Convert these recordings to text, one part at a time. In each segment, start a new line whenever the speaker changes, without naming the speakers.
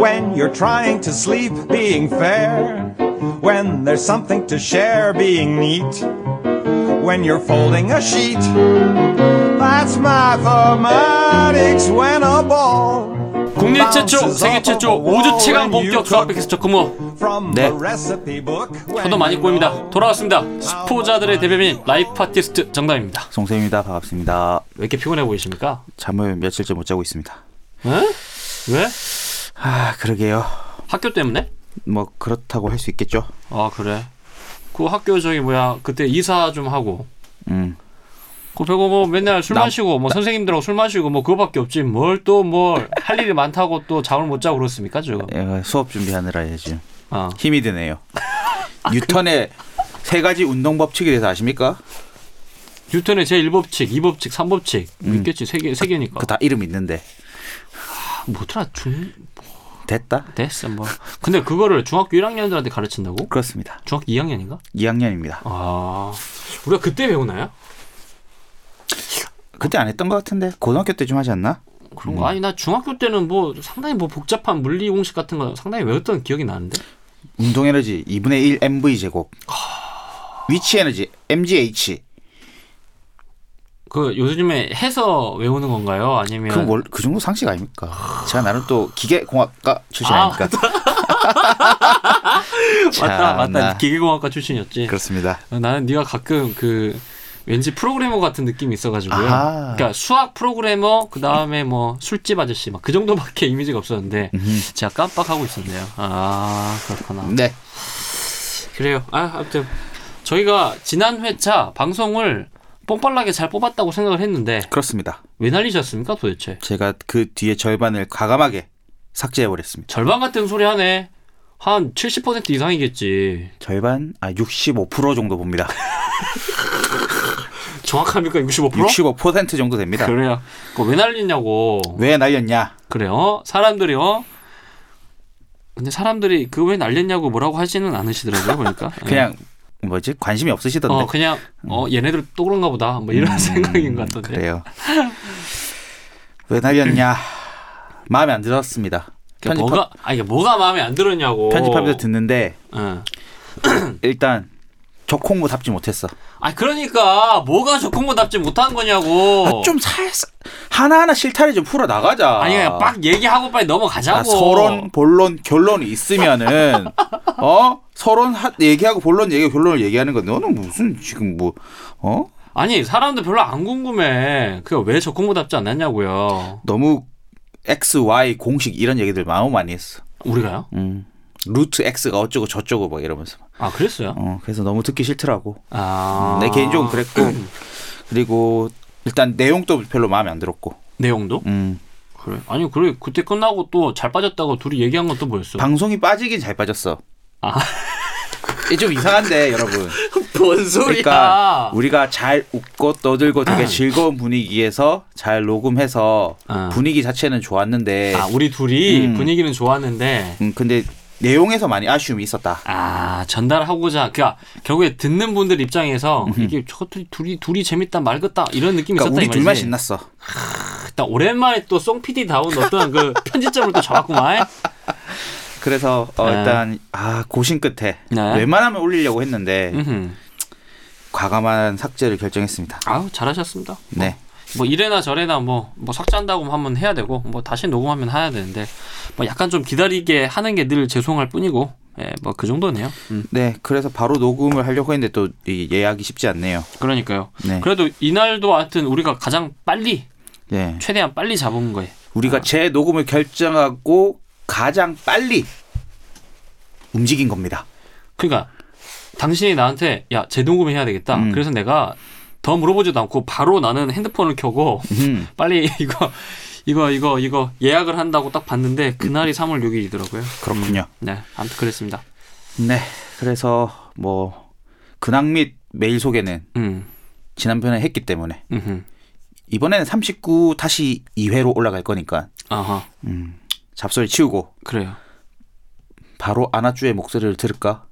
when you're trying to sleep, being fair. When there's something to share, being neat. When you're folding a sheet. That's mathematics when a ball.
국내 최초, 세계 최초 우주 최강 본격
조
조합백스 토크모
from
네.
the recipe book. when
저도 많이
you
꼬입니다.
know
돌아왔습니다. 스포자들의 대변인 라이프 아티스트 정답입니다.
송쌤입니다. 반갑습니다.
왜 이렇게 피곤해 보이십니까?
잠을 며칠째 못 자고 있습니다.
에? 왜?
아, 그러게요.
학교 때문에?
뭐 그렇다고 할 수 있겠죠.
아 그래. 그 학교 저기 뭐야 그때 이사 좀 하고.
음.
그 빼고 뭐 맨날 술
나-
마시고 뭐 선생님들하고 술 마시고 뭐 그거밖에 없지 뭘 또 뭘 할 일이 많다고 또 잠을 못 자고 그렇습니까 지금?
예, 수업 준비하느라 지금
아
힘이 드네요. 뉴턴의 세 가지 운동 법칙에 대해서 아십니까?
뉴턴의 제 1법칙, 2법칙, 3법칙 있겠지 세 개 세 개니까.
그 다 이름 있는데
아, 뭐더라 중
됐다.
됐어 뭐. 근데 그거를 중학교 1학년들한테 가르친다고?
그렇습니다.
중학교 2학년인가?
2학년입니다.
아 우리가 그때 배우나요?
그때 안 했던 것 같은데 고등학교 때쯤 하지 않나?
그런 거 아니 나 중학교 때는 뭐 상당히 뭐 복잡한 물리 공식 같은 거 상당히 외웠던 기억이 나는데.
운동 에너지 2분의 1 mv 제곱. 위치 에너지 mgh.
그 요즘에 해서 외우는 건가요? 아니면
그건 뭘, 그 정도 상식 아닙니까? 제가 나름 또 기계공학과 출신
아,
아닙니까?
맞다 맞다
참나.
기계공학과 출신이었지.
그렇습니다.
어, 나는 네가 가끔 그 왠지 프로그래머 같은 느낌이 있어가지고요.
아하.
그러니까 수학 프로그래머 그 다음에 뭐 술집 아저씨 막 그 정도밖에 이미지가 없었는데 제가 깜빡하고 있었네요. 아 그렇구나.
네.
그래요. 아 아무튼 저희가 지난 회차 방송을 뽕빨나게 잘 뽑았다고 생각을 했는데
그렇습니다.
왜 날리셨습니까 도대체?
제가 그 뒤에 절반을 과감하게 삭제해버렸습니다.
절반 같은 소리 하네. 한 70% 이상이겠지.
절반, 아, 65% 정도 봅니다.
정확합니까? 65%?
65% 정도 됩니다.
그래요. 그거 왜 날리냐고.
왜 날렸냐?
그래요. 사람들이 요 근데 사람들이 그 왜 날렸냐고 뭐라고 하지는 않으시더라고요. 보니까.
그냥, 네. 뭐지? 관심이 없으시던데.
네. 어 그냥 어 얘네들 또 그런가 보다. 뭐 이런 생각인 것 같던데.
음, 그래요. 왜 날렸냐? 마음에 안 들었습니다.
그러니까
편집하,
뭐가 아 이게 뭐가 마음에 안 들었냐고. 예.
편집하면서 듣는데,
응. 음.
일단, 적홍무 답지 못했어.
아 그러니까 뭐가 조건부답지 못한 거냐고.
아, 좀 살살, 하나하나 실타래 좀 풀어나가자.
어. 아니 그냥 빡 얘기하고 빨리 넘어가자고.
아, 서론, 본론, 결론이 있으면은 어 서론 하, 얘기하고 본론 얘기 결론을 얘기하는 건 너는 무슨 지금 뭐어
아니 사람들 별로 안 궁금해. 그왜 조건부답지 않았냐고요.
너무 x y 공식 이런 얘기들 마음 많이 했어.
우리가요?
음 루트 x가 어쩌고 저쩌고 막 이러면서
아 그랬어요.
어 그래서 너무 듣기 싫더라고.
아
내 개인적으로 그랬고 그리고 일단 내용도 별로 마음에 안 들었고
내용도
음
그래. 아니 그래 그때 끝나고 또 잘 빠졌다고 둘이 얘기한 건 또 뭐였어?
방송이 빠지긴 잘 빠졌어.
아.
이게 좀 이상한데 여러분.
뭔 소리야?
그러니까 우리가 잘 웃고 떠들고 되게 즐거운 분위기에서 잘 녹음해서
어.
분위기 자체는 좋았는데
아 우리 둘이
음.
분위기는 좋았는데
음, 근데 내용에서 많이 아쉬움이 있었다.
아 전달하고자 그러니까 결국에 듣는 분들 입장에서 이게 저 둘이 둘이 둘이 재밌다 맑었다 이런 느낌이
음. 그러니까 우리
있었다 이
둘만
말이지.
신났어.
일단 오랜만에 또 송 PD 다운 어떤 그 편집점을 또 잡았구만.
그래서 어,
네.
일단 아 고심 끝에
네.
웬만하면 올리려고 했는데
음흠.
과감한 삭제를 결정했습니다.
아우 잘하셨습니다.
네.
뭐 이래나 저래나 뭐, 뭐 삭제한다고 하면 해야 되고 뭐 다시 녹음하면 해야 되는데 뭐 약간 좀 기다리게 하는 게 늘 죄송할 뿐이고 예, 뭐 그 정도네요. 음,
네, 그래서 바로 녹음을 하려고 했는데 또 이 예약이 쉽지 않네요.
그러니까요.
네.
그래도 이날도 하여튼 우리가 가장 빨리
네.
최대한 빨리 잡은 거예요.
우리가 재 녹음을 결정하고 가장 빨리 움직인 겁니다.
그러니까 당신이 나한테 야 재동금 해야 되겠다.
음.
그래서 내가 더 물어보지도 않고 바로 나는 핸드폰을 켜고
음.
빨리 이거 이거 이거 이거 예약을 한다고 딱 봤는데 그날이 3월 6일이더라고요.
그렇군요.
네, 아무튼 그랬습니다.
네, 그래서 뭐 근황 및 메일 소개는
음,
지난번에 했기 때문에
음,
이번에는 39 다시 2회로 올라갈 거니까
아하,
음, 잡소리 치우고
그래요.
바로 아나쭈의 목소리를 들을까?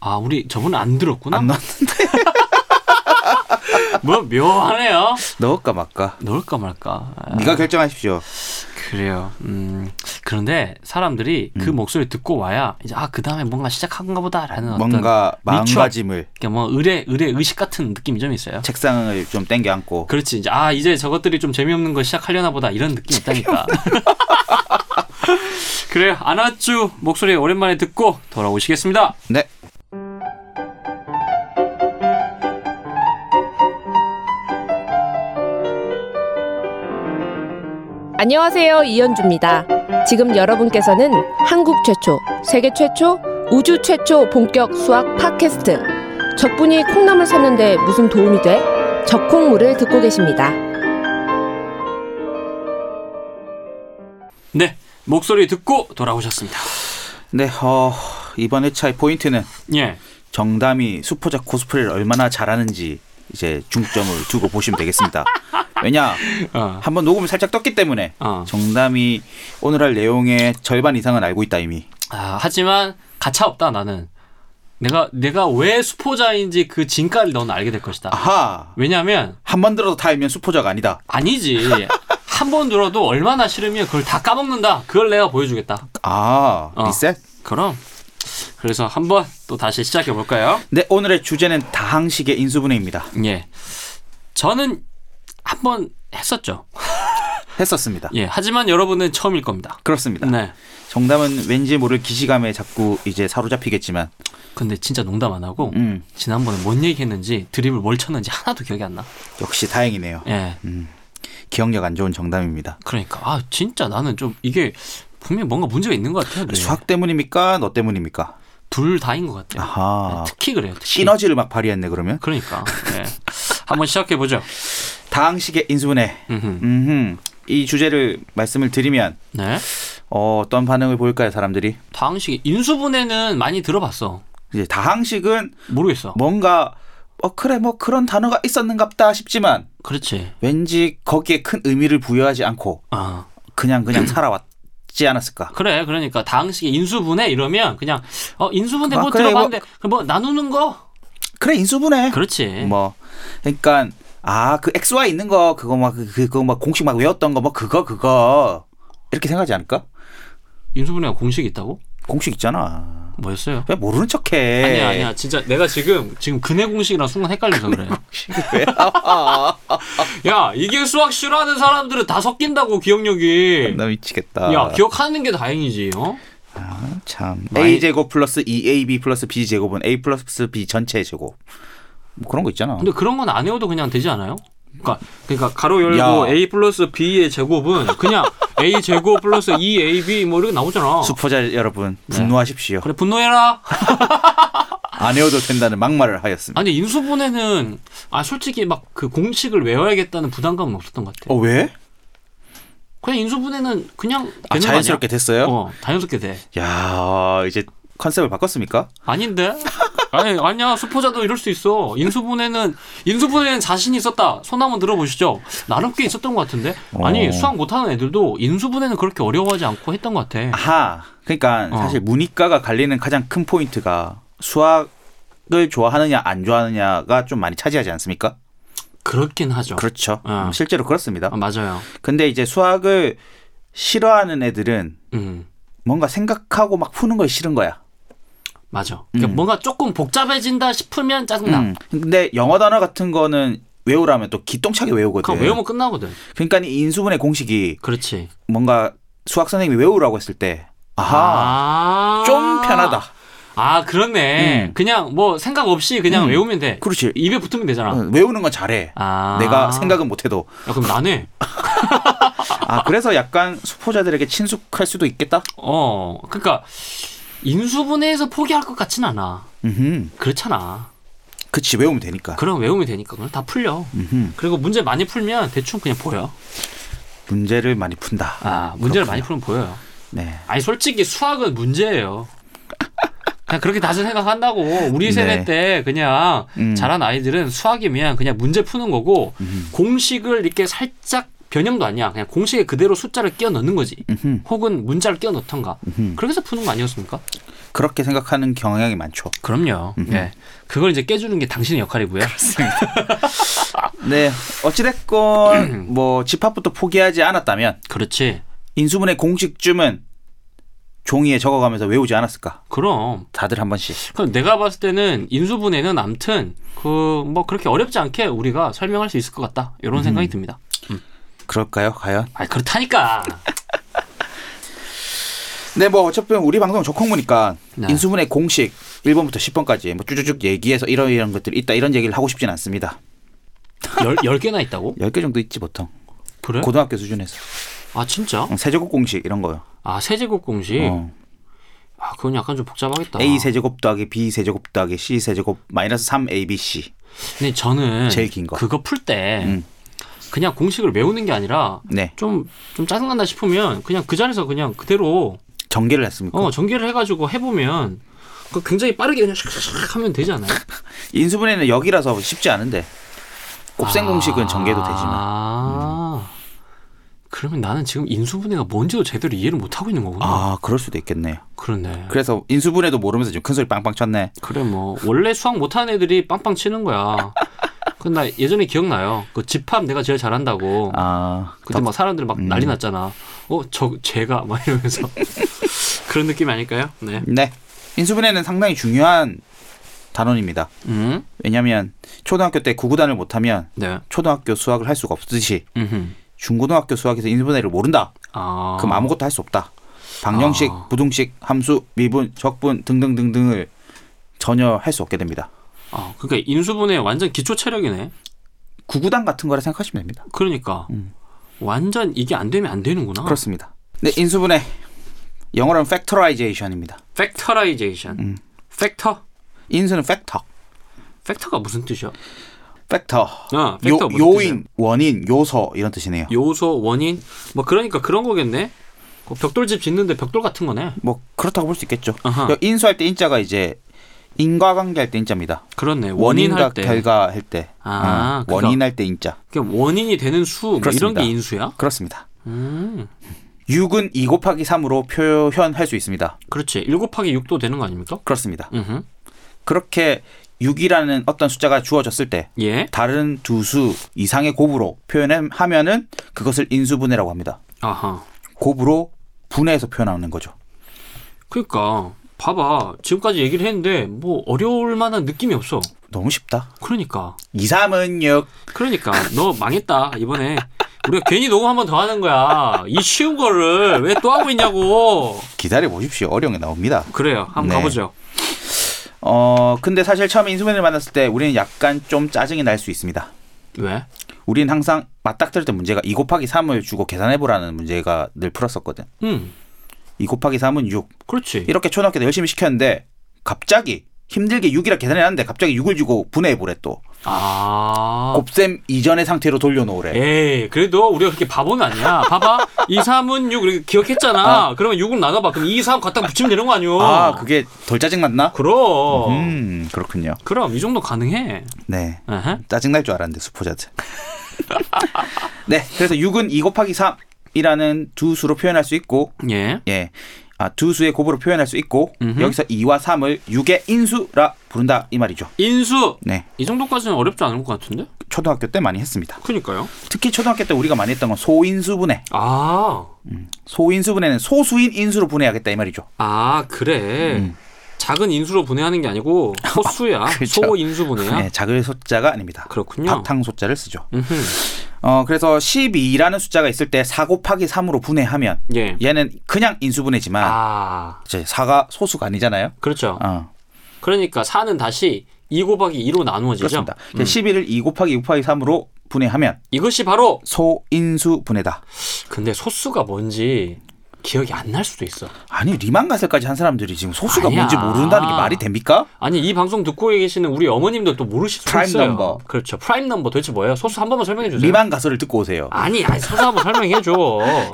아, 우리 저번에 안 들었구나.
안 넣었는데
뭐 묘하네요.
넣을까 말까?
넣을까 말까. 아,
네가 결정하십시오.
그래요. 음, 그런데 사람들이
음.
그 목소리 듣고 와야 이제 아 그 다음에 뭔가 시작한가 보다라는 어떤
뭔가
미추학-
망가짐을
그러니까 뭐 의뢰 의뢰 의식 같은 느낌이 좀 있어요.
책상을 좀 땡겨 앉고
그렇지 이제 아 이제 저것들이 좀 재미없는 거 시작하려나 보다 이런 느낌 이 있다니까. 그래요. 아나쭈 목소리 오랜만에 듣고 돌아오시겠습니다.
네.
안녕하세요. 이현주입니다. 지금 여러분께서는 한국 최초, 세계 최초, 우주 최초 본격 수학 팟캐스트. 적분이 콩나물 샀는데 무슨 도움이 돼? 적콩물을 듣고 계십니다.
네 목소리 듣고 돌아오셨습니다.
네, 어, 이번 회차의 포인트는
예.
정담이 수포자 코스프레를 얼마나 잘하는지 이제 중점을 두고 보시면 되겠습니다. 왜냐,
어.
한번 녹음을 살짝 떴기 때문에
어.
정담이 오늘 할 내용의 절반 이상은 알고 있다 이미.
아, 하지만 가차 없다 나는. 내가 내가 왜 수포자인지 그 진가를 넌 알게 될 것이다.
아하,
왜냐하면
한 번 들어도 다 알면 수포자가 아니다.
아니지. 한 번 들어도 얼마나 싫으면 그걸 다 까먹는다. 그걸 내가 보여주겠다.
아,
어.
리셋?
그럼. 그래서 한번 또 다시 시작해 볼까요?
네, 오늘의 주제는 다항식의 인수분해입니다.
예. 저는 한번 했었죠.
했었습니다.
예. 하지만 여러분은 처음일 겁니다.
그렇습니다.
네.
정담은 왠지 모를 기시감에 자꾸 이제 사로잡히겠지만,
근데 진짜 농담 안 하고
음,
지난번에 뭔 얘기했는지 드립을 뭘 쳤는지 하나도 기억이 안 나.
역시 다행이네요.
예.
기억력 안 좋은 정담입니다.
그러니까 아 진짜 나는 좀 이게 분명히 뭔가 문제가 있는 것 같아요. 네.
수학 때문입니까? 너 때문입니까?
둘 다인 것 같아요.
아하.
네, 특히 그래요. 특히.
시너지를 막 발휘했네 그러면.
그러니까 네. 한번 시작해 보죠.
다항식의 인수분해. 음흠. 이 주제를 말씀을 드리면
네.
어, 떤 반응을 보일까요, 사람들이?
다항식 인수분해는 많이 들어봤어.
이제 다항식은
모르겠어.
뭐? 뭔가 어 그래 뭐 그런 단어가 있었는갑다 싶지만
그렇지.
왠지 거기에 큰 의미를 부여하지 않고
아
그냥 그냥 살아왔지 않았을까?
그래. 그러니까 다항식의 인수분해 이러면 그냥 어 인수분해
아,
뭐
그래,
들어봤는데 뭐... 나누는 거.
그래 인수분해.
그렇지.
뭐 그러니까 아 그 x y 있는 거 그거 막 그- 그거 막 공식 막 외웠던 거 뭐 그거 그거 이렇게 생각하지 않을까?
인수분해가 공식이 있다고?
공식 있잖아.
뭐였어요?
왜 모르는 척해?
아니야 아니야 진짜 내가 지금 지금 근해 공식이랑 순간 헷갈려서 그래. 야 이게 수학 싫어하는 사람들은 다 섞인다고 기억력이.
나 미치겠다.
야 기억하는 게 다행이지. 어?
참.
많이-
a 제곱 플러스 2ab 플러스 b 제곱은 a 플러스 b 전체 제곱. 뭐 그런 거 있잖아.
근데 그런 건 안 외워도 그냥 되지 않아요? 그러니까 그러니까 가로 열고
야.
a 플러스 b의 제곱은 그냥 a 제곱 플러스 2ab 뭐 이렇게 나오잖아.
수포자 여러분 분노하십시오.
네. 그래 분노해라.
안 해도 된다는 막말을 하였습니다.
아니 인수분해는 아 솔직히 막 그 공식을 외워야겠다는 부담감은 없었던 것 같아.
어 왜?
그냥 인수분해는 그냥 되는
아,
거
자연스럽게
아니야?
됐어요?
어 자연스럽게 돼.
야 이제 컨셉을 바꿨습니까?
아닌데? 아니 아니야 수포자도 이럴 수 있어. 인수분해는 인수분해는 자신이 있었다. 손 한번 들어보시죠. 나름 꽤 있었던 것 같은데. 아니
어.
수학 못하는 애들도 인수분해는 그렇게 어려워하지 않고 했던 것 같아.
아하. 그러니까
어.
사실 문이과가 갈리는 가장 큰 포인트가 수학을 좋아하느냐 안 좋아하느냐가 좀 많이 차지하지 않습니까?
그렇긴 하죠.
그렇죠.
어.
음, 실제로 그렇습니다.
아, 맞아요.
근데 이제 수학을 싫어하는 애들은
음
뭔가 생각하고 막 푸는 걸 싫은 거야.
맞아. 그러니까 뭔가 조금 복잡해진다 싶으면 짜증나.
음. 근데 영어 단어 같은 거는 외우라면 또 기똥차게 외우거든.
그거 외우면 끝나거든.
그러니까 이 인수분해 공식이
그렇지.
뭔가 수학 선생님이 외우라고 했을 때 아하
아.
좀 편하다.
아 그렇네.
음.
그냥 뭐 생각 없이 그냥
음.
외우면 돼.
그렇지.
입에 붙으면 되잖아.
어, 외우는 건 잘해.
아.
내가 생각은 못해도
야, 그럼 나네.
아 그래서 약간 수포자들에게 친숙할 수도 있겠다.
어, 그러니까 인수분해에서 포기할 것 같진 않아.
음,
그렇잖아.
그치 외우면 되니까.
그럼 외우면 되니까 그럼 다 풀려.
음흠.
그리고 문제 많이 풀면 대충 그냥 보여.
문제를 많이 푼다.
아, 문제를
그렇구나.
많이 풀면 보여요.
네.
아니 솔직히 수학은 문제예요. 그냥 그렇게 다들 생각한다고 우리 세대
네.
때 그냥
음.
자란 아이들은 수학이면 그냥 문제 푸는 거고 공식을 이렇게 살짝 변형도 아니야. 그냥 공식에 그대로 숫자를 끼워 넣는 거지.
음흠.
혹은 문자를 끼워 넣던가.
음흠.
그렇게 해서 푸는 거 아니었습니까?
그렇게 생각하는 경향이 많죠.
그럼요.
음.
예. 그걸 이제 깨주는 게 당신의 역할이고요.
네. 어찌됐건 뭐 집합부터 포기하지 않았다면
그렇지.
인수분해 공식쯤은 종이에 적어가면서 외우지 않았을까?
그럼.
다들 한 번씩.
그럼 내가 봤을 때는 인수분해는 암튼 그 뭐 그렇게 어렵지 않게 우리가 설명할 수 있을 것 같다.
음.
이런 생각이 듭니다.
그럴까요? 과연?
아 그렇다니까.
네, 뭐 어차피 우리 방송 적홍무니까
네.
인수분해 공식 1번부터 10번까지 뭐 쭉쭉쭉 얘기해서 이런 이런 것들 있다 이런 얘기를 하고 싶진 않습니다.
열, 열 개나 있다고?
10개 정도 있지 보통.
그래?
네? 고등학교 수준에서.
아 진짜?
응, 세제곱 공식 이런 거요.
아 세제곱 공식.
어.
아 그건 약간 좀 복잡하겠다.
A 세제곱 더하기 B 세제곱 더하기 C 세제곱 마이너스 3ABC.
근데 저는
제일 긴 거.
그거 풀 때
음.
그냥 공식을 외우는 게 아니라
네.
좀 좀 짜증난다 싶으면 그냥 그 자리에서 그냥 그대로
전개를 했습니까?
어 전개를 해가지고 해보면 그 굉장히 빠르게 그냥 샥샥샥 하면 되지 않아요?
인수분해는 역이라서 쉽지 않은데. 곱셈
아.
공식은 전개도 되지만. 음.
아. 그러면 나는 지금 인수분해가 뭔지도 제대로 이해를 못 하고 있는 거구나.
아, 그럴 수도 있겠네요.
그렇네.
그래서 인수분해도 모르면서 지금 큰 소리 빵빵 쳤네.
그래 뭐 원래 수학 못하는 애들이 빵빵 치는 거야. 근데 나 예전에 기억나요. 그 집합 내가 제일 잘한다고.
아,
그때 막 사람들 막 난리 났잖아. 어, 저 제가 막 이러면서 그런 느낌 아닐까요? 네.
네. 인수분해는 상당히 중요한 단원입니다.
음.
왜냐하면 초등학교 때 구구단을 못하면
네.
초등학교 수학을 할 수가 없듯이
음.
중고등학교 수학에서 인수분해를 모른다.
아.
그럼 아무것도 할 수 없다. 방정식,
아.
부등식, 함수, 미분, 적분 등등등등을 전혀 할 수 없게 됩니다.
아, 그러니까 인수분해 완전 기초 체력이네.
구구단 같은 거라 생각하시면 됩니다.
그러니까 완전 이게 안 되면 안 되는구나.
음. 그렇습니다. 네, 인수분해 영어로는 factorization입니다.
팩터라이제이션.
음.
팩터?
인수는 팩터,
팩터가 무슨 뜻이야?
팩터,
아,
요,
팩터 무슨 뜻이야?
요인, 원인, 요소 이런 뜻이네요.
요소, 원인. 뭐 그러니까 그런 거겠네. 그 벽돌집 짓는데 벽돌 같은 거네.
뭐 그렇다고 볼 수 있겠죠.
아하.
인수할 때 인자가 이제 인과관계 할 때 인자입니다.
그렇네. 원인
원인과
할 때.
결과 할 때.
아,
어, 원인 할 때 인자.
그러니까 원인이 되는 수, 뭐 이런
그렇습니다.
게 인수야?
그렇습니다.
음.
6은 2 곱하기 3으로 표현할 수 있습니다.
그렇지. 1 곱하기 6도 되는 거 아닙니까?
그렇습니다.
음.
그렇게 6이라는 어떤 숫자가 주어졌을 때
예.
다른 두 수 이상의 곱으로 표현하면은 그것을 인수분해라고 합니다.
아하.
곱으로 분해해서 표현하는 거죠.
그러니까 봐봐. 지금까지 얘기를 했는데 뭐 어려울 만한 느낌이 없어.
너무 쉽다.
그러니까.
2, 3은 6.
그러니까 너 망했다. 이번에 우리가 괜히 녹음 한 번 더 하는 거야. 이 쉬운 거를 왜 또 하고 있냐고.
기다려 보십시오. 어려운 게 나옵니다.
그래요. 한번
네.
가보죠.
어, 근데 사실 처음에 인수분해를 만났을 때 우리는 약간 좀 짜증이 날 수 있습니다.
왜?
우린 항상 맞닥뜨릴 때 문제가 2 곱하기 3을 주고 계산해보라는 문제가 늘 풀었었거든.
음.
2 곱하기 3은 6.
그렇지.
이렇게 초등학교 때 열심히 시켰는데 갑자기 힘들게 6이라 계산해놨는데 갑자기 6을 주고 분해해보래 또.
아. 예.
곱셈 이전의 상태로 돌려놓으래.
에이, 그래도 우리가 그렇게 바보는 아니야. 봐봐. 2, 3은 6 이렇게 기억했잖아. 그러면 6을 나눠봐. 그럼 2, 3 갖다 붙이면 되는 거 아니오?
아 그게 덜 짜증났나?
그럼.
음 그렇군요.
그럼 이 정도 가능해.
네.
에헤.
짜증날 줄 알았는데 수포자들. 네. 그래서 6은 2 곱하기 3이라는 두 수로 표현할 수 있고
예.
예. 아, 두 수의 곱으로 표현할 수 있고
음흠.
여기서 2와 3을 6의 인수라 부른다 이 말이죠.
인수.
네.
이 정도까지는 어렵지 않을 것 같은데?
초등학교 때 많이 했습니다.
그니까요.
특히 초등학교 때 우리가 많이 했던 건 소인수분해.
아.
소인수분해는 소수인 인수로 분해하겠다 이 말이죠.
아, 그래. 작은 인수로 분해하는 게 아니고 소수야.
음. 그렇죠.
소인수 분해야.
네, 작은 소자가 아닙니다.
그렇군요.
바탕 소자를 쓰죠.
음흠.
어, 그래서 12라는 숫자가 있을 때 4 곱하기 3으로 분해하면
예.
얘는 그냥 인수분해지만
아.
이제 4가 소수가 아니잖아요.
그렇죠.
어,
그러니까 4는 다시 2 곱하기 2로 나누어지죠.
그렇습니다. 11을 2 곱하기 6 곱하기 3으로 분해하면
이것이 바로
소인수분해다.
근데 소수가 뭔지 기억이 안 날 수도 있어.
아니 리만 가설까지 한 사람들이 지금 소수가
아니야.
뭔지 모른다는 게 말이 됩니까?
아니 이 방송 듣고 계시는 우리 어머님도 또 모르실 수도
프라임
있어요.
넘버.
그렇죠. 프라임 넘버 도대체 뭐예요? 소수 한 번만 설명해 주세요.
리만 가설을 듣고 오세요.
아니, 아니 소수 한 번 설명해 줘.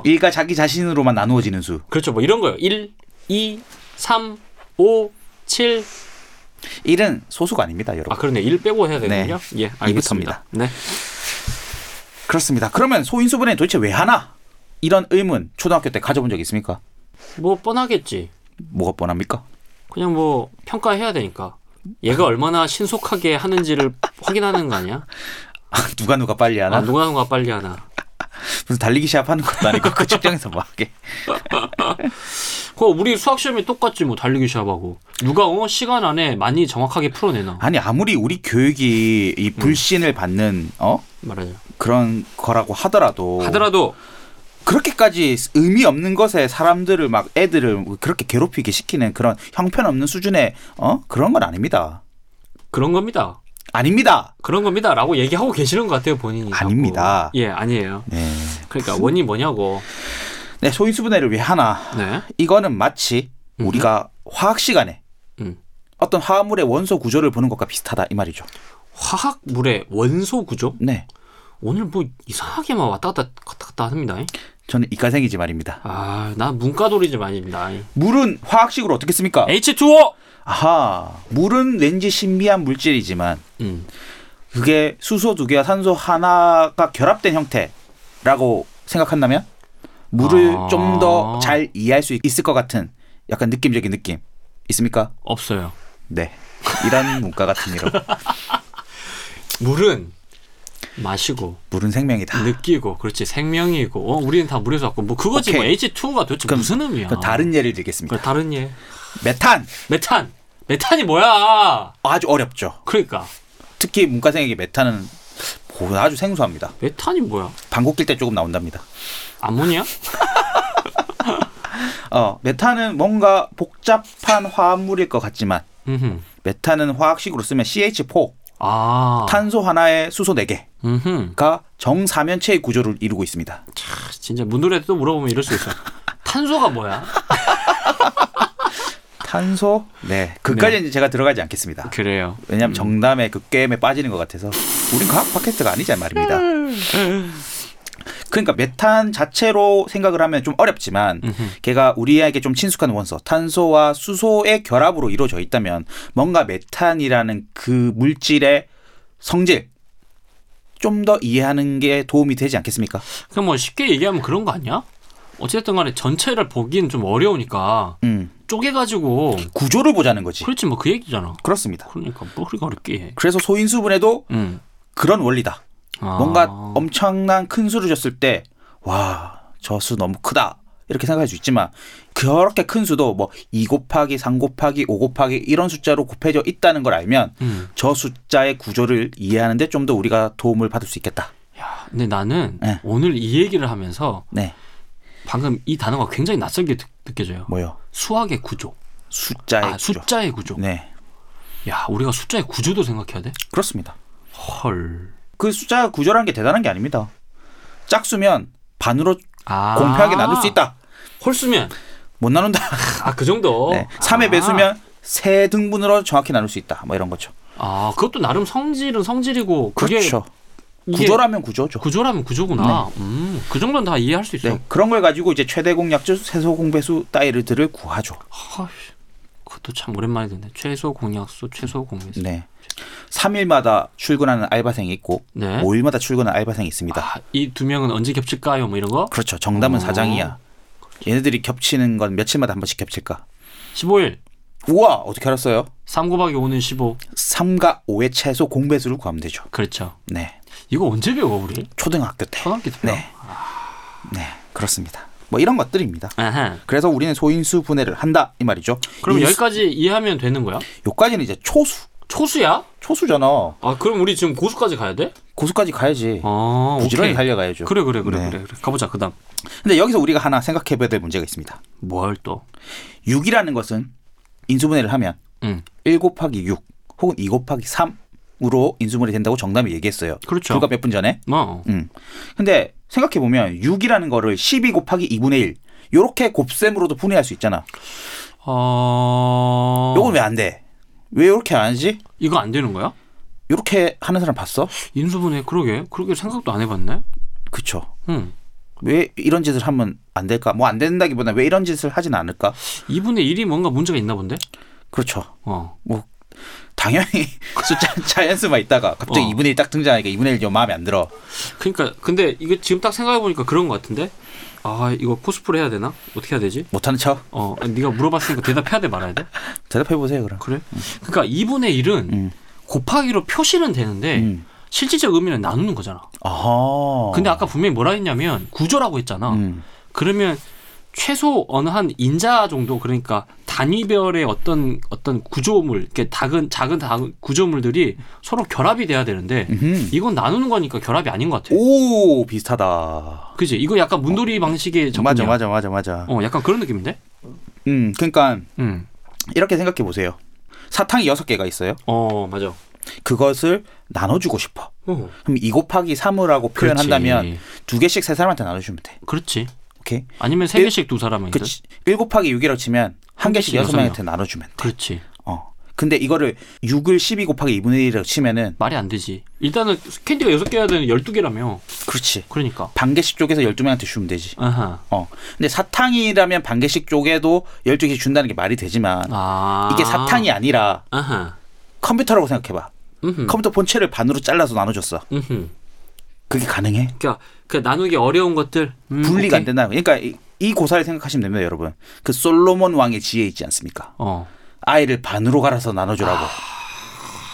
일가 자기 자신으로만 나누어지는 수.
그렇죠. 뭐 이런 거예요. 1, 2, 3, 5, 7.
일은 소수가 아닙니다, 여러분.
아, 그러네. 1 빼고 해야 되는군요. 예, 알겠습니다. 네.
그렇습니다. 그러면 소인수분해 도대체 왜 하나? 이런 의문 초등학교 때 가져본 적 있습니까?
뭐 뻔하겠지.
뭐가 뻔합니까?
그냥 뭐 평가해야 되니까. 얘가 얼마나 신속하게 하는지를 확인하는 거 아니야?
누가 누가 빨리 아, 하나?
네. 아, 누가 누가 빨리 하나.
무슨 달리기 시합 하는 것도 아니고 그 책장에서 막 이렇게
그거 우리 수학 시험이 똑같지 뭐 달리기 시합하고 누가 어 시간 안에 많이 정확하게 풀어내나
아니 아무리 우리 교육이
음.
이 불신을 받는 어
말하자
그런 거라고
뭐.
하더라도
하더라도
그렇게까지 의미 없는 것에 사람들을 막 애들을 그렇게 괴롭히게 시키는 그런 형편없는 수준의 어 그런 건 아닙니다.
그런 겁니다.
아닙니다.
그런 겁니다라고 얘기하고 계시는 것 같아요 본인이. 자꾸.
아닙니다.
예 아니에요.
네.
그러니까 원이 뭐냐고.
네 소인수분해를 왜 하나?
네.
이거는 마치 우리가 화학 시간에
음.
어떤 화합물의 원소 구조를 보는 것과 비슷하다 이 말이죠.
화학물의 원소 구조?
네.
오늘 뭐 이상하게만 왔다 갔다 갔다 갔다 합니다.
저는 이과생이지 말입니다.
아, 나 문과돌이 좀 아닙니다.
물은 화학식으로 어떻게 씁니까?
H2O.
아하. 물은 왠지 신비한 물질이지만
음.
그게 수소 두 개와 산소 하나가 결합된 형태라고 생각한다면 물을
아.
좀 더 잘 이해할 수 있을 것 같은 약간 느낌적인 느낌 있습니까?
없어요.
네. 이런 문과 같은 이론.
물은 마시고
물은 생명이다.
아. 느끼고 그렇지 생명이고 어, 우리는 다 물에서 왔고 뭐 그거지 뭐
오케이.
H2O가 도대체
그럼-
무슨 의미야?
그럼 다른 예를 드리겠습니다.
그럼 다른 예.
메탄
메탄. 메탄이 뭐야?
아주 어렵죠.
그러니까
특히 문과생에게 메탄은 뭐 아주 생소합니다.
메탄이 뭐야?
방귀 낄때 조금 나온답니다.
암모니아?
어, 메탄은 뭔가 복잡한 화합물일 것 같지만
음흠.
메탄은 화학식으로 쓰면 CH4
아.
탄소 하나에 수소 4개
음흠.
가 정사면체의 구조를 이루고 있습니다.
아, 진짜 문돌이한테 또 물어보면 이럴 수 있어. 탄소가 뭐야?
탄소? 네. 그까지는 제가 들어가지 않겠습니다.
그래요.
왜냐하면 정담의 그 게임에 빠지는 것 같아서 우린 과학 팟캐스트가 아니지 말입니다. 그러니까 메탄 자체로 생각을 하면 좀 어렵지만 걔가 우리에게 좀 친숙한 원소 탄소와 수소의 결합으로 이루어져 있다면 뭔가 메탄이라는 그 물질의 성질 좀 더 이해하는 게 도움이 되지 않겠습니까?
그럼 뭐 쉽게 얘기하면 그런 거 아니야? 어쨌든 간에 전체를 보기엔 좀 어려우니까
음.
쪼개가지고
구조를 보자는 거지.
그렇지 뭐 그 얘기잖아.
그렇습니다.
그러니까 뭐 그렇게 어렵게 해.
그래서 소인수분해도
음.
그런 원리다.
아.
뭔가 엄청난 큰 수를 줬을 때, 와, 저 수 너무 크다. 이렇게 생각할 수 있지만, 그렇게 큰 수도 뭐 2 곱하기, 3 곱하기, 5 곱하기 이런 숫자로 곱해져 있다는 걸 알면,
음.
저 숫자의 구조를 이해하는데 좀 더 우리가 도움을 받을 수 있겠다.
야, 근데 나는
예.
오늘 이 얘기를 하면서
네.
방금 이 단어가 굉장히 낯설게 느, 느껴져요.
뭐요?
수학의 구조.
숫자의
아,
구조.
숫자의 구조.
네.
야, 우리가 숫자의 구조도 생각해야 돼?
그렇습니다.
헐.
그 숫자 구조라는 게 대단한 게 아닙니다. 짝수면 반으로
아.
공평하게 나눌 수 있다.
홀수면
못 나눈다.
아, 그 정도.
네. 3의
아.
배수면 세 등분으로 정확히 나눌 수 있다. 뭐 이런 거죠.
아, 그것도 나름 성질은 성질이고 그게
그렇죠.
이게
구조라면 구조죠.
구조라면 구조구나. 음, 그 정도는 다 이해할 수 있어.
네, 그런 걸 가지고 이제 최대 공약주 세소 공배수 따위들을 구하죠.
헐, 그것도 참 오랜만에 듣네. 최소 공약수, 최소 공약수.
네. 3일마다 출근하는 알바생이 있고
네.
5일마다 출근하는 알바생이 있습니다.
아, 이 두 명은 언제 겹칠까요? 뭐 이런 거?
그렇죠. 정답은
어. 그렇죠.
사장이야. 얘네들이 겹치는 건 며칠마다 한 번씩 겹칠까?
15일.
우와 어떻게 알았어요?
3 곱하기 5는 15.
3과 5의 최소 공배수를 구하면 되죠.
그렇죠.
네.
이거 언제 배워, 우리?
초등학교 때.
초등학교 때.
네. 네. 그렇습니다. 뭐 이런 것들입니다.
아하.
그래서 우리는 소인수 분해를 한다 이 말이죠.
그럼
이 수-
여기까지 이해하면 되는 거야?
요까지는 이제 초수.
초수야?
초수잖아.
아, 그럼 우리 지금 고수까지 가야 돼?
고수까지 가야지.
아,
어, 부지런히
오케이.
달려가야죠.
그래, 그래, 그래,
네.
그래, 그래. 가보자, 그 다음.
근데 여기서 우리가 하나 생각해봐야 될 문제가 있습니다.
뭘 또?
6이라는 것은 인수분해를 하면
응.
1 곱하기 6 혹은 2 곱하기 3으로 인수분해 된다고 정답이 얘기했어요.
그렇죠.
불과 몇 분 전에.
뭐?
음. 근데 생각해보면 6이라는 거를 12 곱하기 2분의 1 요렇게 곱셈으로도 분해할 수 있잖아.
어.
요건 왜 안 돼? 왜 요렇게 안 하지?
이거 안 되는 거야?
요렇게 하는 사람 봤어?
인수분해 그러게 그렇게 생각도 안 해봤네.
그쵸.
응.
왜 이런 짓을 하면 안 될까? 뭐 안 된다기보다 왜 이런 짓을 하진 않을까?
2분의 1이 뭔가 문제가 있나 본데.
그렇죠.
어.
뭐 당연히 숫자 자연수만 있다가 갑자기
어.
2분의 1 딱 등장하니까 2분의 1좀 마음에 안 들어.
그러니까 근데 이거 지금 딱 생각해 보니까 그런 것 같은데. 아 이거 코스프레 해야 되나? 어떻게 해야 되지?
못하는 척
어, 네가 물어봤으니까 대답해야 돼 말아야 돼?
대답해 보세요 그럼.
그래? 그러니까 2분의 1은
음.
곱하기로 표시는 되는데
음.
실질적 의미는 나누는 거잖아.
아하.
어. 근데 아까 분명히 뭐라 했냐면 구조라고 했잖아.
음.
그러면 최소 어느 한 인자 정도 그러니까 단위별의 어떤 어떤 구조물, 이렇게 작은 작은 다- 구조물들이 서로 결합이 돼야 되는데
음흠.
이건 나누는 거니까 결합이 아닌 것 같아.
오 비슷하다.
그지? 이거 약간 문돌이 방식의 접근이야.
어? 맞아 맞아 맞아 맞아.
어, 약간 그런 느낌인데?
음 그러니까
음.
이렇게 생각해 보세요. 사탕이 여섯 개가 있어요.
어, 맞아.
그것을 나눠주고 싶어.
어.
그럼 2 곱하기 3을하고 표현한다면
그렇지.
두 개씩 세 사람한테 나눠주면 돼.
그렇지.
오케이.
아니면 세
일-
개씩 두 사람은
그
있든.
1 곱하기 6이라고 치면 한 개씩
개씩
여섯
여섯
명한테 나눠주면 돼.
그렇지.
어. 근데 이거를 6을 12 곱하기 2분의 1이라고 치면은
말이 안 되지. 일단은 캔디가 여섯 개야 되는 12개라며.
그렇지.
그러니까.
반개씩 쪽에서 12명한테 주면 되지.
아하.
어. 근데 사탕이라면 반개씩 쪽에도 12개씩 준다는 게 말이 되지만
아.
이게 사탕이 아니라
아하.
컴퓨터라고 생각해 봐.
음흠.
컴퓨터 본체를 반으로 잘라서 나눠줬어.
음흠.
그게 가능해?
그러니까 그 나누기 어려운 것들 음,
분리가
오케이.
안 된다. 그러니까 이, 이 고사를 생각하시면 됩니다, 여러분. 그 솔로몬 왕의 지혜 있지 않습니까?
어.
아이를 반으로 갈아서 나눠주라고.
아,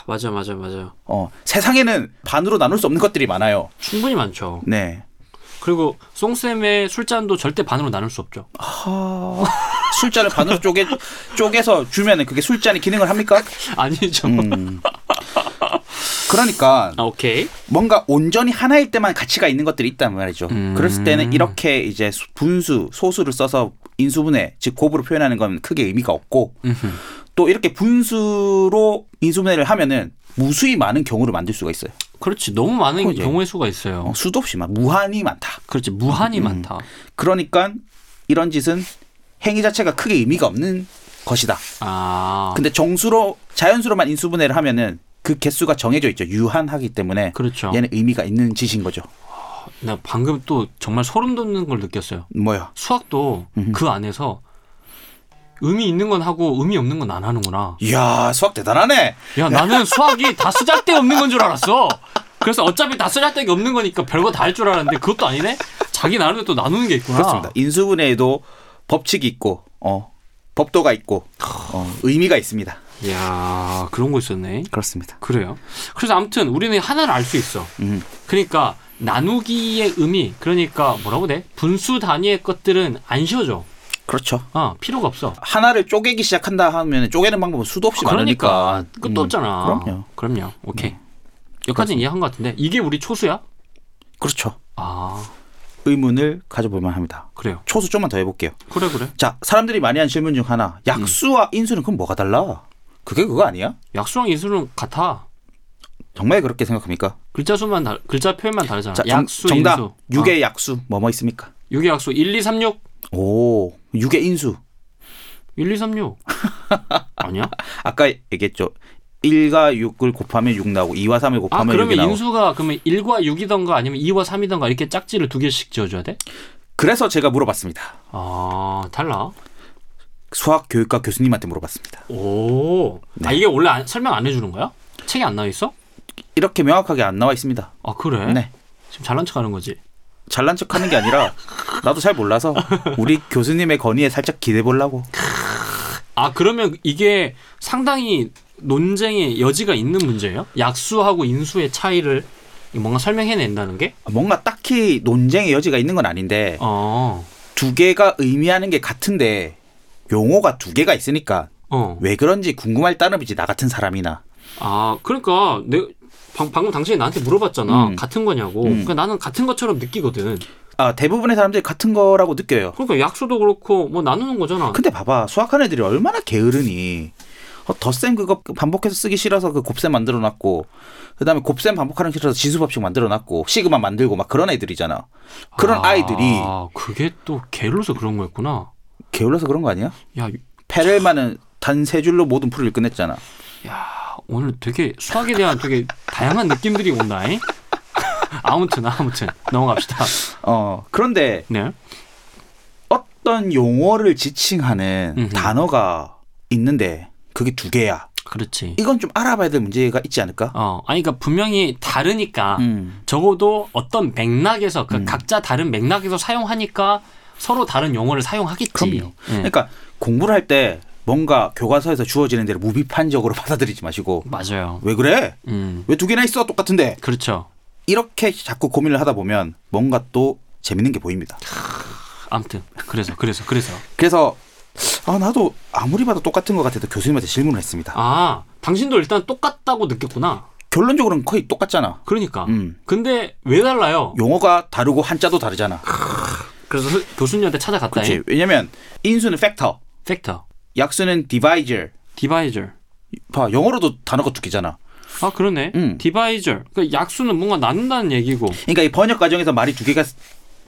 맞아 맞아 맞아.
어, 세상에는 반으로 나눌 수 없는 것들이 많아요.
충분히 많죠.
네.
그리고 송쌤의 술잔도 절대 반으로 나눌 수 없죠.
술잔을 반으로 쪼개, 쪼개서 주면은 그게 술잔이 기능을 합니까?
아니죠.
음. 그러니까
아 오케이.
뭔가 온전히 하나일 때만 가치가 있는 것들이 있단 말이죠.
음.
그랬을 때는 이렇게 이제 수- 분수, 소수를 써서 인수분해, 즉 곱으로 표현하는 건 크게 의미가 없고 또 이렇게 분수로 인수분해를 하면은 무수히 많은 경우를 만들 수가 있어요.
그렇지. 너무 많은
그거지.
경우의 수가 있어요.
그렇죠. 어, 음. 수도 없이 막 무한히 많다.
그렇지. 무한히 많다.
그러니까 이런 짓은 행위 자체가 크게 의미가 없는 것이다.
아.
근데 정수로 자연수로만 인수분해를 하면은 그 개수가 정해져 있죠. 유한하기 때문에
그렇죠.
얘는 의미가 있는 짓인 거죠.
나 방금 또 정말 소름 돋는 걸 느꼈어요.
뭐야?
수학도
음.
그 안에서 의미 있는 건 하고 의미 없는 건 안 하는구나.
이야 수학 대단하네.
야 나는 수학이 다 쓰잘데 없는 건 줄 알았어. 그래서 어차피 다 쓰잘데 없는 거니까 별거 다 할 줄 알았는데 그것도 아니네. 자기 나름대로 또 나누는 게 있구나.
그렇습니다. 인수분해에도 법칙이 있고 어, 법도가 있고 어, 의미가 있습니다.
야 그런 거 있었네.
그렇습니다.
그래요. 그래서 아무튼 우리는 하나를 알 수 있어.
음.
그러니까 나누기의 의미, 그러니까 뭐라고 돼? 분수 단위의 것들은 안 쉬어져.
그렇죠.
아 필요가 없어.
하나를 쪼개기 시작한다 하면 쪼개는 방법은 수도 없이 많으니까
끝도
음,
없잖아.
그럼요. 네.
그럼요. 오케이. 여기까지는 이해한 것 같은데 이게 우리 초수야?
그렇죠.
아
의문을 가져볼만 합니다.
그래요.
초수 좀만 더 해볼게요.
그래 그래.
자, 사람들이 많이 한 질문 중 하나. 약수와 인수는 그럼 뭐가 달라? 그게 그거 아니야?
약수랑 인수는 같아.
정말 그렇게 생각합니까?
글자 수만 다, 글자 표현만 다르잖아.
자,
약수
정, 답
인수.
6의 약수 뭐뭐 있습니까?
아, 6의 약수 1 2 3 6
오, 6의 인수.
1 2 3 6. 아니야?
아까 얘기했죠. 1과 6을 곱하면 6 나오고 2와 3을
아,
곱하면 6이
그러면
나오고.
인수가 그러면 1과 6이던가 아니면 2와 3이던가 이렇게 짝지를 두 개씩 지어 줘야 돼?
그래서 제가 물어봤습니다.
아, 달라.
수학 교육과 교수님한테 물어봤습니다.
오. 아,
네.
이게 원래 안- 설명 안해 주는 거야? 책에 안 나와 있어?
이렇게 명확하게 안 나와 있습니다.
아, 그래.
네.
지금 잘난 척 하는 거지.
잘난 척 하는 게 아니라 나도 잘 몰라서 우리 교수님의 건의에 살짝 기대 보려고.
아, 그러면 이게 상당히 논쟁의 여지가 있는 문제예요? 약수하고 인수의 차이를 뭔가 설명해 낸다는 게?
뭔가 딱히 논쟁의 여지가 있는 건 아닌데
어.
두 개가 의미하는 게 같은데 용어가 두 개가 있으니까
어.
왜 그런지 궁금할 따름이지 나 같은 사람이나
아, 그러니까 내 방, 방금 당신이 나한테 물어봤잖아.
음.
같은 거냐고. 그러니까 나는 같은 것처럼 느끼거든.
아 대부분의 사람들이 같은 거라고 느껴요
그러니까 약수도 그렇고 뭐 나누는 거잖아.
근데 봐봐 수학하는 애들이 얼마나 게으르니 어, 덧셈 그거 반복해서 쓰기 싫어서 그 곱셈 만들어놨고 그다음에 곱셈 반복하는 게 싫어서 지수법칙 만들어놨고 시그마 만들고 막 그런 애들이잖아 그런 아... 이들이
아, 그게 또 게을러서 그런 거였구나.
게을러서 그런 거 아니야?
야,
페렐만은 단 세 줄로 모든 풀을 끝냈잖아
야, 오늘 되게 수학에 대한 되게 다양한 느낌들이 온다. 잉 아무튼 아무튼 넘어갑시다.
어 그런데
네.
어떤 용어를 지칭하는
음흠.
단어가 있는데 그게 두 개야.
그렇지.
이건 좀 알아봐야 될 문제가 있지 않을까?
어, 아니 그러니까 분명히 다르니까
음.
적어도 어떤 맥락에서 그 각자 다른 맥락에서 사용하니까 서로 다른 용어를 사용하겠지.
그럼요.
예.
그러니까 공부를 할 때 뭔가 교과서에서 주어지는 대로 무비판적으로 받아들이지 마시고
맞아요.
왜 그래?
음.
왜 두 개나 있어? 똑같은데.
그렇죠.
이렇게 자꾸 고민을 하다 보면 뭔가 또 재밌는 게 보입니다.
아무튼 그래서 그래서 그래서
그래서 아 나도 아무리 봐도 똑같은 것 같아서 교수님한테 질문을 했습니다.
아 당신도 일단 똑같다고 느꼈구나.
결론적으로는 거의 똑같잖아.
그러니까.
음.
근데 왜 달라요?
용어가 다르고 한자도 다르잖아.
그래서 스- 교수님한테 찾아갔다.
그렇지. 왜냐면 인수는 팩터,
팩터,
약수는 divisor.
디바이저.
봐 영어로도 단어가 두 개잖아.
아 그러네.
음.
디바이저. 그러니까 약수는 뭔가 나눈다는 얘기고.
그러니까 이 번역 과정에서 말이 두 개가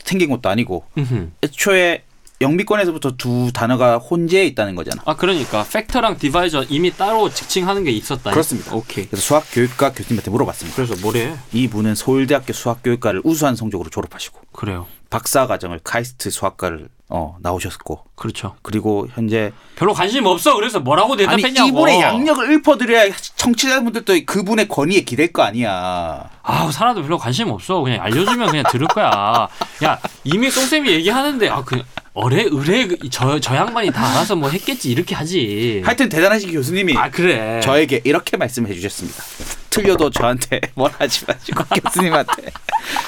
생긴 것도 아니고
음흠.
애초에 영미권에서부터 두 단어가 혼재해 있다는 거잖아.
아 그러니까 팩터랑 디바이저 이미 따로 지칭하는 게 있었다.
그렇습니다.
오케이.
그래서 수학 교육과 교수님한테 물어봤습니다.
그래서 뭐래?
이 분은 서울대학교 수학교육과를 우수한 성적으로 졸업하시고
그래요.
박사 과정을 카이스트 수학과를 어, 나오셨고
그렇죠.
그리고 현재
별로 관심 없어. 그래서 뭐라고
아니
대답했냐고.
이분의 양력을 읊어드려야 청취자분들도 그분의 권위에 기댈 거 아니야.
아우 사람도 별로 관심 없어. 그냥 알려주면 그냥 들을 거야. 야 이미 송쌤이 얘기하는데 아 그냥 어래 의뢰 저저 양반이 다 알아서 뭐 했겠지 이렇게 하지.
하여튼 대단하신 교수님이
예. 아 그래.
저에게 이렇게 말씀해 주셨습니다. 틀려도 저한테 뭐라 하지 마시고 교수님한테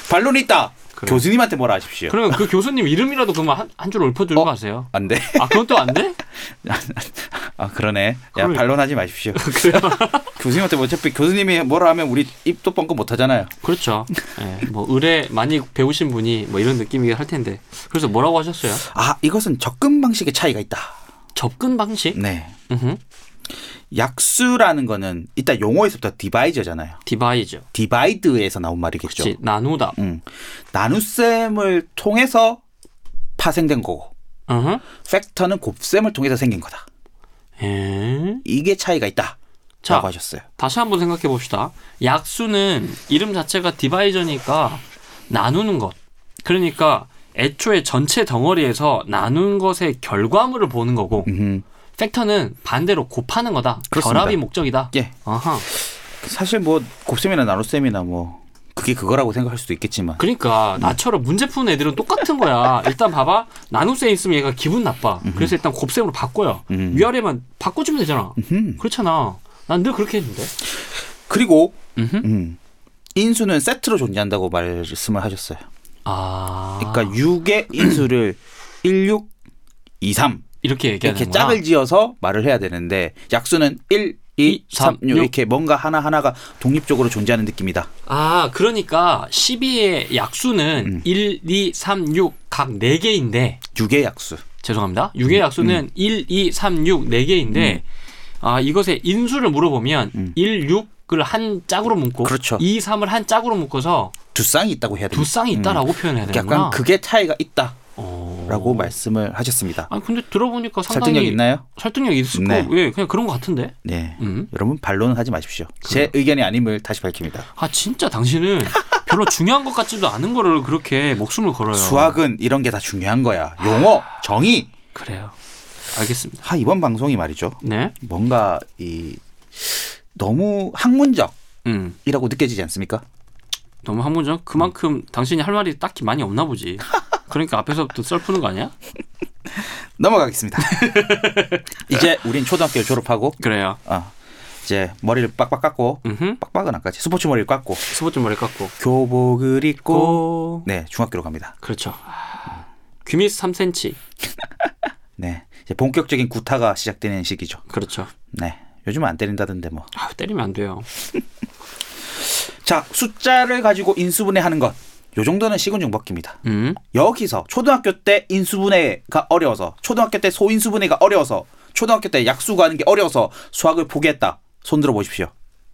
반론 있다.
그래.
교수님한테 뭐라 하십시오.
그러면 그 교수님 이름이라도 그만 한줄 읊어주는 거 아세요?
안 돼.
아 그건 또 안 돼?
아 그러네. 야
그러니까. 그래.
반론하지 마십시오. 교수님한테 뭐 어차피 교수님이 뭐라 하면 우리 입도 뻥긋 못 하잖아요.
그렇죠. 예, 뭐 의뢰 많이 배우신 분이 뭐 이런 느낌이긴 할 텐데. 그래서 뭐라고 하셨어요?
아 이것은 접근 방식의 차이가 있다.
접근 방식?
네.
음흠.
약수라는 거는 일단 용어에서부터 디바이저잖아요.
디바이저.
디바이드에서 나온 말이겠죠.
그렇지. 나누다.
음. 나눗셈을 통해서 파생된 거고
음.
팩터는 곱셈을 통해서 생긴 거다.
예.
이게 차이가 있다.
자.
라고 하셨어요.
다시 한번 생각해 봅시다. 약수는 이름 자체가 디바이저니까 나누는 것. 그러니까 애초에 전체 덩어리에서 나눈 것의 결과물을 보는 거고
음.
팩터는 반대로 곱하는 거다.
그렇습니다.
결합이 목적이다.
예.
아하.
사실 뭐 곱셈이나 나눗셈이나 뭐 그게 그거라고 생각할 수도 있겠지만
그러니까 나처럼 문제 푸는 애들은 똑같은 거야. 일단 봐봐. 나눗셈 있으면 얘가 기분 나빠. 그래서 일단 곱셈으로 바꿔요.
음.
위아래만 바꿔주면 되잖아.
음.
그렇잖아. 난 늘 그렇게 했는데.
그리고
음흠.
음. 인수는 세트로 존재한다고 말씀을 하셨어요.
아.
그러니까 6의 인수를 1, 6, 2, 3
이렇게 얘기하는
이렇게
거야.
짝을 지어서 말을 해야 되는데 약수는 1, 2, 3, 6
육.
이렇게 뭔가 하나하나가 독립적으로 존재하는 느낌이다.
아, 그러니까 12의 약수는
음.
1, 2, 3, 6 각 4개인데
6의 약수.
죄송합니다. 6의
음.
약수는 1, 2, 3, 6 4개인데
음.
아, 이것의 인수를 물어보면 1, 6을 한 짝으로 묶고
그렇죠.
2, 3을 한 짝으로 묶어서
두 쌍이 있다고 해야
두
됩니다.
쌍이 있다라고 표현해야 되는구나.
음. 약간 그게 차이가 있다라고
어.
말씀을 하셨습니다.
아 근데 들어보니까 상당히
설득력 있나요?
설득력 있을
네.
거. 예, 그냥 그런 것 같은데.
네.
음.
여러분 반론은 하지 마십시오. 제 의견이 아님을 다시 밝힙니다.
아 진짜 당신은 별로 중요한 것 같지도 않은 거를 그렇게 목숨을 걸어요.
수학은 이런 게 다 중요한 거야. 용어, 정의.
그래요. 알겠습니다.
하 이번 방송이 말이죠.
네.
뭔가 이 너무 학문적이라고
음.
느껴지지 않습니까?
너무 한문정 그만큼 당신이 할 말이 딱히 많이 없나 보지. 그러니까 앞에서부터 썰 푸는 거 아니야?
넘어가겠습니다. 이제 우린 초등학교 를 졸업하고
그래요.
어, 이제 머리를 빡빡 깎고
음흠.
빡빡은 안 까지 스포츠 머리를 깎고
스포츠 머리 깎고.
교복을 입고
고.
네 중학교로 갑니다.
그렇죠. 귀밑 3cm.
네 이제 본격적인 구타가 시작되는 시기죠.
그렇죠.
네 요즘 안 때린다던데 뭐.
아, 때리면 안 돼요.
자 숫자를 가지고 인수분해하는 것. 요 정도는 시군중 벗깁니다.
음.
여기서 초등학교 때 인수분해가 어려워서 초등학교 때 소인수분해가 어려워서 초등학교 때 약수가 하는 게 어려워서 수학을 포기했다. 손 들어 보십시오.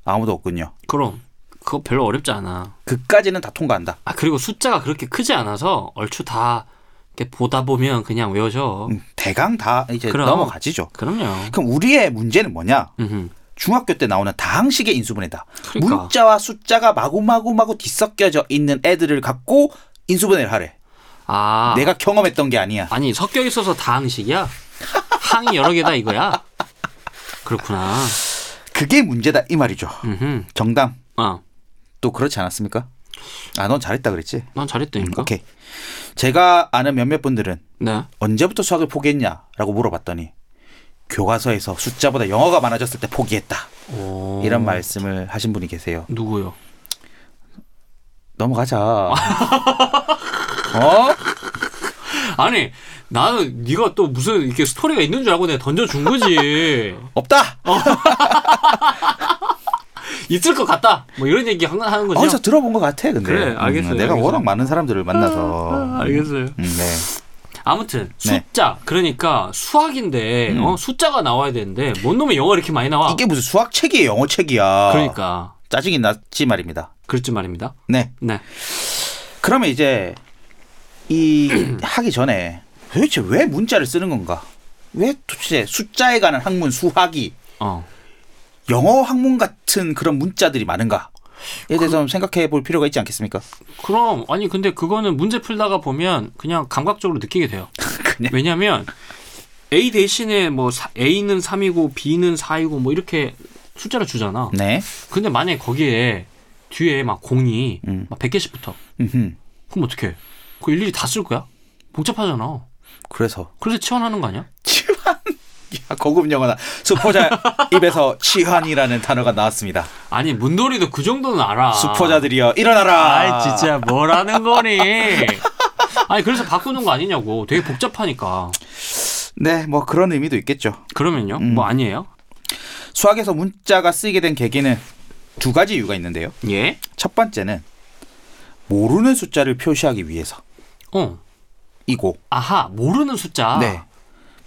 아무도 없군요.
그럼 그거 별로 어렵지 않아.
그까지는 다 통과한다.
아 그리고 숫자가 그렇게 크지 않아서 얼추 다 이렇게 보다 보면 그냥 외워져.
음, 대강 다 이제
그럼.
넘어가지죠.
그럼요.
그럼 우리의 문제는 뭐냐?
음흠.
중학교 때 나오는 다항식의 인수분해다.
그러니까.
문자와 숫자가 마구마구마구 뒤섞여져 있는 애들을 갖고 인수분해를 하래.
아
내가 경험했던 게 아니야.
아니 섞여 있어서 다항식이야? 항이 여러 개다 이거야? 그렇구나.
그게 문제다 이 말이죠.
음흠.
정담
아,
또 그렇지 않았습니까? 아, 넌 잘했다 그랬지?
난 잘했다니까.
오케이. 제가 아는 몇몇 분들은
네.
언제부터 수학을 포기했냐라고 물어봤더니 교과서에서 숫자보다 영어가 많아졌을 때 포기했다.
오.
이런 말씀을 하신 분이 계세요.
누구요?
넘어가자. 어?
아니 나는 네가 또 무슨 이렇게 스토리가 있는 줄 알고 내가 던져준 거지.
없다.
어, 있을 것 같다. 뭐 이런 얘기 한- 하는 거죠.
어디서 들어본 것 같아. 근데
그래,
음,
알겠어요,
내가
알겠어요. 아,
워낙 많은 사람들을 만나서
알겠어요.
음, 네.
아무튼
네.
숫자 그러니까 수학인데
음.
어, 숫자가 나와야 되는데 뭔 놈의 영어 이렇게 많이 나와?
이게 무슨 수학 책이에요, 영어 책이야.
아. 그러니까
짜증이 났지 말입니다.
그랬지 말입니다.
네.
네.
그러면 이제 이 하기 전에 도대체 왜 문자를 쓰는 건가? 왜 도대체 숫자에 관한 학문 수학이
어.
영어 학문 같은 그런 문자들이 많은가에 대해서 좀 생각해 볼 필요가 있지 않겠습니까?
그럼 아니 근데 그거는 문제 풀다가 보면 그냥 감각적으로 느끼게 돼요.
그냥
왜냐면 A 대신에 뭐 사- A는 3이고 B는 4이고 뭐 이렇게 숫자를 주잖아.
네.
근데 만약에 거기에 뒤에 막 공이
음.
막 100개씩 붙어.
음흠.
그럼 어떡해? 그 일일이 다 쓸 거야? 복잡하잖아.
그래서
그래서 치환하는 거 아니야?
치환 야, 고급 영어다. 수포자 입에서 치환이라는 단어가 나왔습니다.
아니 문돌이도 그 정도는 알아.
수포자들이여 일어나라.
아이 진짜 뭐라는 거니? 아니 그래서 바꾸는 거 아니냐고. 되게 복잡하니까.
네, 뭐 그런 의미도 있겠죠.
그러면요?
음.
뭐 아니에요?
수학에서 문자가 쓰이게 된 계기는 두 가지 이유가 있는데요.
예?
첫 번째는 모르는 숫자를 표시하기 위해서이고
어. 아하 모르는 숫자.
네.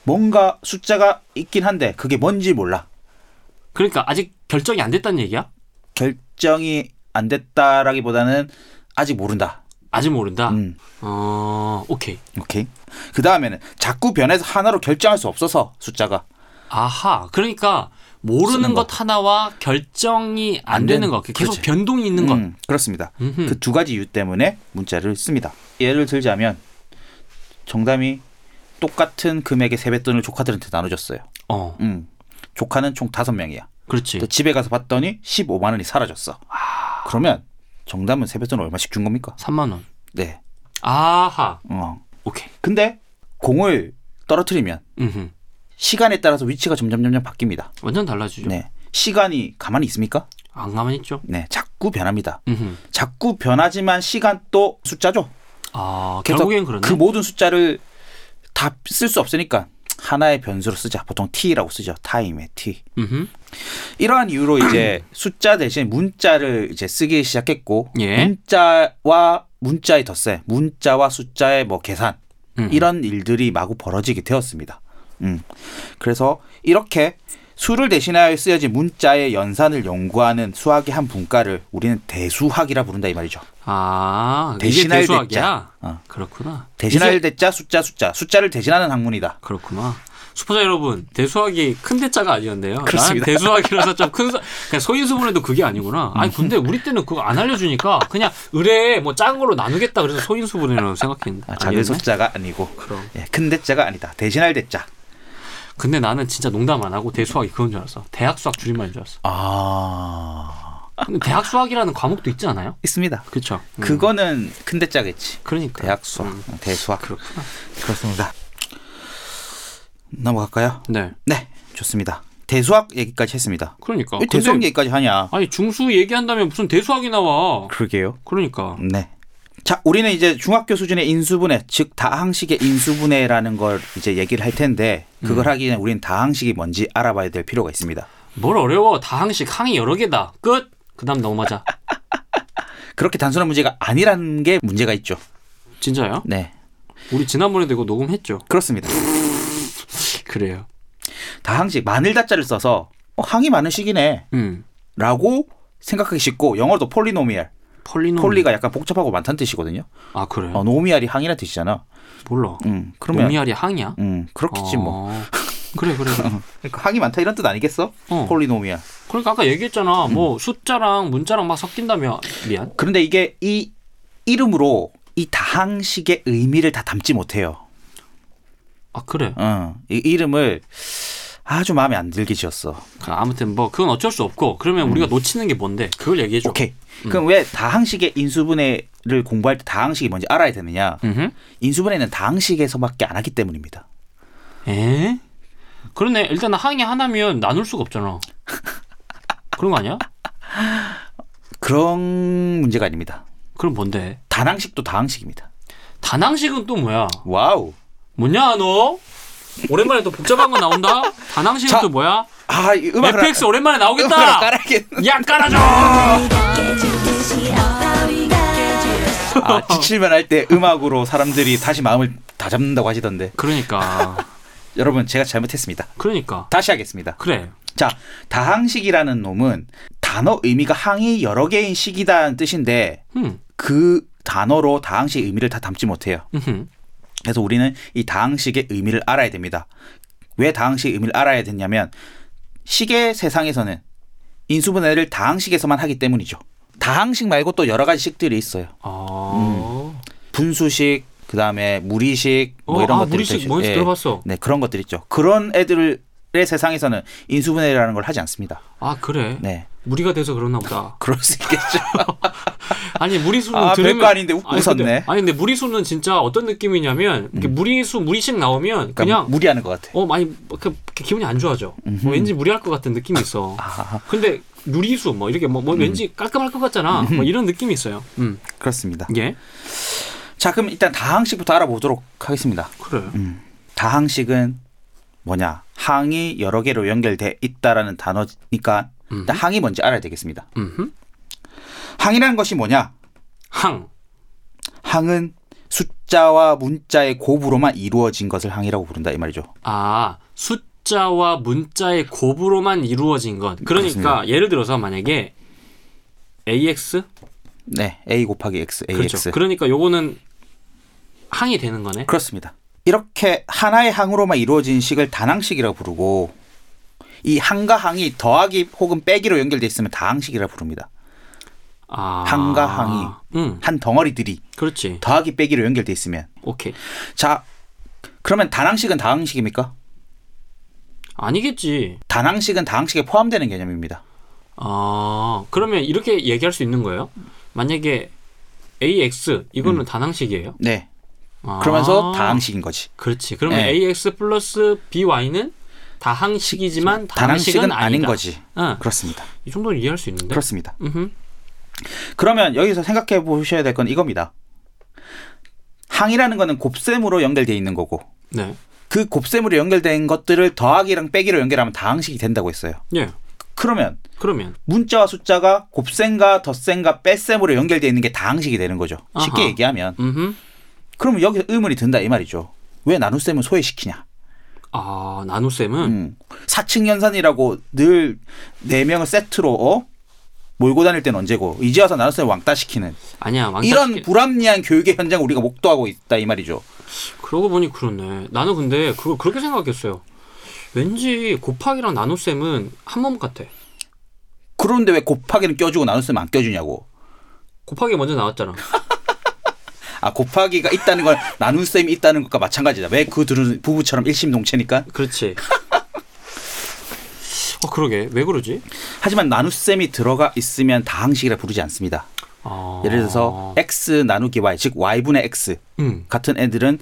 뭔가 숫자가 있긴 한데 그게 뭔지 몰라
그러니까 아직 결정이 안 됐다는 얘기야?
결정이 안 됐다라기보다는 아직 모른다.
아직 모른다.
음,
어 오케이.
오케이. 그 다음에는 자꾸 변해서 하나로 결정할 수 없어서 숫자가
아하 그러니까 모르는
쓰는 거.
것 하나와 결정이 안,
안
되는
되는-
것 계속
그렇지.
변동이 있는 것.
음, 그렇습니다.
음흠.
그 두 가지 이유 때문에 문자를 씁니다. 예를 들자면 정담이 똑같은 금액의 세뱃돈을 조카들한테 나눠줬어요.
어
음, 조카는 총 다섯 명이야.
그렇지.
근데 집에 가서 봤더니 15만 원이 사라졌어. 그러면 정담은 세뱃돈 얼마씩 준 겁니까?
3만 원.
네.
아하
어.
오케이.
근데 공을 떨어뜨리면
음흠.
시간에 따라서 위치가 점점 점점 바뀝니다.
완전 달라지죠.
네. 시간이 가만히 있습니까?
안 가만히 있죠.
네. 자꾸 변합니다.
음흠.
자꾸 변하지만 시간 또 숫자죠.
아
그래서
결국엔 그러네.
그 모든 숫자를 다 쓸 수 없으니까 하나의 변수로 쓰자. 보통 t라고 쓰죠. 타임의 t.
음흠.
이러한 이유로 이제 숫자 대신 문자를 이제 쓰기 시작했고
예.
문자와 문자의 덧셈, 문자와 숫자의 뭐 계산
음.
이런 일들이 마구 벌어지게 되었습니다. 음. 그래서 이렇게 수를 대신하여 쓰여진 문자의 연산을 연구하는 수학의 한 분과를 우리는 대수학이라 부른다 이 말이죠.
아 이게
대신할
대수학이야.
대자. 어.
그렇구나.
대신할
이제-
대자 숫자 숫자 숫자를 대신하는 학문이다.
그렇구나. 수포자 여러분, 대수학이 큰 대자가 아니었네요.
그렇습니다.
난 대수학이라서 좀 큰, 수- 그냥 소인수분해도 그게 아니구나. 아니,
음.
근데 우리 때는 그거 안 알려주니까 그냥 의뢰에 뭐 작은 걸로 나누겠다 그래서 소인수분해라고 생각했는데.
아, 작은
아니었네?
숫자가 아니고
그럼.
예, 큰 대자가 아니다. 대신할 대자.
근데 나는 진짜 농담 안 하고 대수학이 그건 줄 알았어. 대학수학 줄임말인 줄 알았어.
아
근데 대학수학이라는 과목도 있지 않아요?
있습니다.
그쵸. 음.
그거는 큰 대자겠지.
그러니까.
대학 수학, 어,
음,
대수학
그렇구나.
그렇습니다. 넘어갈까요?
네.
네, 좋습니다. 대수학 얘기까지 했습니다.
그러니까.
왜 대수학
근데-
얘기까지 하냐?
아니, 중수 얘기한다면 무슨 대수학이 나와.
그러게요.
그러니까.
네. 자, 우리는 이제 중학교 수준의 인수분해, 즉 다항식의 인수분해라는 걸 이제 얘기를 할 텐데 그걸
음.
하기 전에 우리는 다항식이 뭔지 알아봐야 될 필요가 있습니다.
뭘 어려워. 다항식, 항이 여러 개다. 끝! 그 다음 넘어가자.
그렇게 단순한 문제가 아니라는 게 문제가 있죠.
진짜요?
네,
우리 지난번에도 이거 녹음했죠.
그렇습니다.
그래요.
다항식 마늘 다자를 써서 어, 항이 많은 식이네라고
음.
생각하기 쉽고 영어로도 폴리노미얼,
폴리노.
폴리가 약간 복잡하고 많다는 뜻이거든요.
아 그래요?
어, 노미알이 항이라 뜻이잖아.
몰라.
음, 그러면
노미알이 항이야?
음, 그렇겠지 뭐.
어. 그래 그래. 그래.
그러니까 항이 많다 이런 뜻 아니겠어?
어.
폴리노미아.
그러니까 아까 얘기했잖아. 뭐 숫자랑 문자랑 막 섞인다며. 미안.
그런데 이게 이 이름으로 이 다항식의 의미를 다 담지 못해요.
아 그래.
어, 이 이름을 아주 마음에 안 들게 지었어.
아무튼 뭐 그건 어쩔 수 없고. 그러면 우리가 놓치는 게 뭔데? 그걸 얘기해 줘.
오케이. 그럼 왜 다항식의 인수분해를 공부할 때 다항식이 뭔지 알아야 되느냐?
음.
인수분해는 다항식에서밖에 안 하기 때문입니다.
에? 그러네. 일단 항이 하나면 나눌 수가 없잖아. 그런 거 아니야?
그런 문제가 아닙니다.
그럼 뭔데?
단항식도 다항식입니다.
단항식은 또 뭐야?
와우.
뭐냐 너? 오랜만에 또 복잡한 거 나온다. 단항식은
자,
또 뭐야?
아, 이 음악을
FX 오랜만에
음악을
나오겠다.
깔아야겠.
야 깔아줘.
아, 지칠면 할 때 음악으로 사람들이 다시 마음을 다 잡는다고 하시던데.
그러니까,
여러분, 제가 잘못했습니다.
그러니까.
다시 하겠습니다.
그래.
자, 다항식이라는 놈은 단어 의미가 항이 여러 개인 식이다는 뜻인데
음.
그 단어로 다항식 의미를 다 담지 못해요.
음흠.
그래서 우리는 이 다항식의 의미를 알아야 됩니다. 왜 다항식 의미를 알아야 되냐면 식의 세상에서는 인수분해를 다항식에서만 하기 때문이죠. 다항식 말고 또 여러 가지 식들이 있어요.
아.
음. 분수식, 그다음에 무리식 뭐
어,
이런
아,
것들이
무리식
있죠.
뭔지
예.
들어봤어.
네, 그런 것들 있죠. 그런 애들의 세상에서는 인수분해라는 걸 하지 않습니다.
아 그래.
네.
무리가 돼서 그러나 보다.
그럴 수 있겠죠.
아니 무리수는
아,
들으면
별거 아닌데 웃-
아니,
웃었네. 음.
근데, 아니 근데 무리수는 진짜 어떤 느낌이냐면 이렇게 무리수 무리식 나오면
그러니까
그냥
무리하는 것 같아.
어 많이 막 이렇게 기분이 안 좋아져. 뭐 왠지 무리할 것 같은 느낌이 있어.
아.
근데 누리수 뭐 이렇게 뭐, 뭐
음.
왠지 깔끔할 것 같잖아. 뭐 이런 느낌이 있어요. 음.
그렇습니다.
예.
자, 그럼 일단 다항식부터 알아보도록 하겠습니다.
그래.
음. 다항식은 뭐냐? 항이 여러 개로 연결돼 있다라는 단어니까 일단 항이 뭔지 알아야 되겠습니다.
음.
항이라는 것이 뭐냐?
항.
항은 숫자와 문자의 곱으로만 이루어진 것을 항이라고 부른다 이 말이죠.
아 숫자와 문자의 곱으로만 이루어진 것. 그러니까
그렇습니다.
예를 들어서 만약에 ax
네, a 곱하기 x, ax.
그렇죠. 그러니까 요거는 항이 되는 거네.
그렇습니다. 이렇게 하나의 항으로만 이루어진 식을 단항식이라고 부르고 이 항과 항이 더하기 혹은 빼기로 연결돼 있으면 다항식이라고 부릅니다.
아.
항과 항이.
응.
한 덩어리들이
그렇지.
더하기 빼기로 연결돼 있으면
오케이.
자 그러면 단항식은 다항식입니까?
아니겠지.
단항식은 다항식에 포함되는 개념입니다.
아 그러면 이렇게 얘기할 수 있는 거예요? 만약에 ax 이거는 단항식이에요.
네.
아.
음. 그러면서 다항식인 거지.
그렇지. 그러면
네.
ax 플러스 by는 다항식이지만 단항식은,
단항식은 아닌
아니다. 네.
거지.
응.
그렇습니다.
이 정도는 이해할 수 있는데.
그렇습니다.
음흠.
그러면 여기서 생각해 보셔야 될 건 이겁니다. 항이라는 거는 곱셈으로 연결돼 있는 거고
네.
그 곱셈으로 연결된 것들을 더하기랑 빼기로 연결하면 다항식이 된다고 했어요.
예.
그러면
그러면
문자와 숫자가 곱셈과 덧셈과 뺄셈으로 연결되어 있는 게 다항식이 되는 거죠. 쉽게
아하.
얘기하면.
음흠.
그러면 여기서 의문이 든다 이 말이죠. 왜 나눗셈을 소외시키냐?
아 나눗셈은
음. 사층 연산이라고 늘 네 명을 세트로 어? 몰고 다닐 땐 언제고 이제 와서 나눗셈을 왕따시키는
아니야. 왕따
이런
시키-
불합리한 교육의 현장 우리가 목도하고 있다 이 말이죠.
그러고 보니 그렇네. 나는 근데 그걸 그렇게 생각했어요. 왠지 곱하기랑 나눗셈은 한 몸 같아.
그런데 왜 곱하기는 껴주고 나눗셈 안 껴주냐고.
곱하기 먼저 나왔잖아.
아 곱하기가 있다는 건 나눗셈이 있다는 것과 마찬가지다. 왜 그 둘은 부부처럼 일심동체니까?
그렇지. 어 그러게 왜 그러지?
하지만 나눗셈이 들어가 있으면 다항식이라 부르지 않습니다.
아...
예를 들어서 x 나누기 y 즉 y분의 x
음.
같은 애들은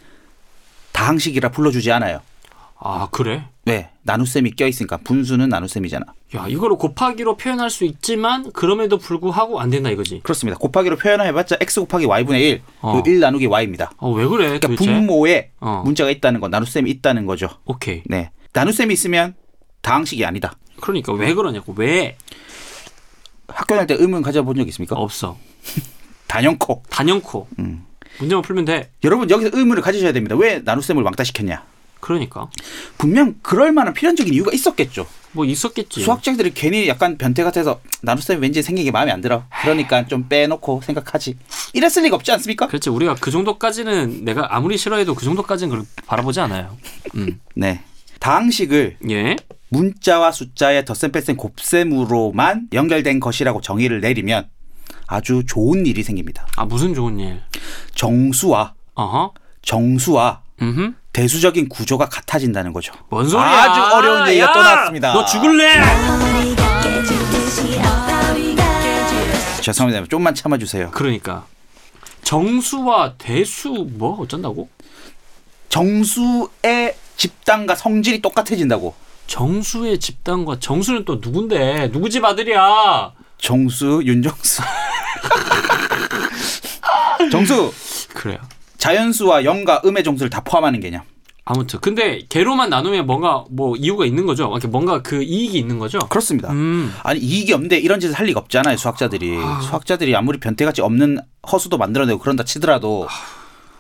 다항식이라 불러주지 않아요.
아 그래?
왜? 나눗셈이 껴있으니까 분수는 나눗셈이잖아.
야 이거를 곱하기로 표현할 수 있지만 그럼에도 불구하고 안 된다 이거지.
그렇습니다. 곱하기로 표현해봤자 x 곱하기 y분의 1,
어.
그1 나누기 y입니다.
아왜 그래
그러니까
도대체?
분모에
어.
문자가 있다는 건 나눗셈이 있다는 거죠.
오케이.
네. 나눗셈이 있으면 다항식이 아니다.
그러니까 왜 그러냐고 왜
학교 다닐 때 의문 가져본 적 있습니까?
없어?
단연코.
단연코.
음.
문제만 풀면 돼.
여러분 여기서 의문을 가지셔야 됩니다. 왜 나눗셈을 왕따시켰냐?
그러니까
분명 그럴 만한 필연적인 이유가 있었겠죠.
뭐 있었겠지.
수학자들이 괜히 약간 변태 같아서 나눗셈 왠지 생기기 마음에 안 들어. 그러니까 좀 빼놓고 생각하지. 이랬을 리가 없지 않습니까?
그렇지 우리가 그 정도까지는 내가 아무리 싫어해도 그 정도까지는 그걸 바라보지 않아요. 음.
네. 다항식을
예.
문자와 숫자의 덧셈 뺄셈 곱셈으로만 연결된 것이라고 정의를 내리면 아주 좋은 일이 생깁니다.
아 무슨 좋은 일.
정수와
어허.
정수와
음흠.
대수적인 구조가 같아진다는 거죠.
뭔 소리야?
아주 어려운 얘기가 또 나왔습니다.
너 죽을래?
죄송합니다. 좀만 참아주세요.
그러니까 정수와 대수 뭐 어쩐다고?
정수의 집단과 성질이 똑같아진다고.
정수의 집단과 정수는 또 누군데 누구 집 아들이야?
정수, 윤정수. 정수,
그래요.
자연수와 영과 음의 정수를 다 포함하는 개념.
아무튼 근데 개로만 나누면 뭔가 뭐 이유가 있는 거죠. 이렇게 뭔가 그 이익이 있는 거죠.
그렇습니다.
음.
아니 이익이 없는데 이런 짓을 할 리가 없잖아요 수학자들이 수학자들이 아무리 변태같이 없는 허수도 만들어내고 그런다 치더라도
아.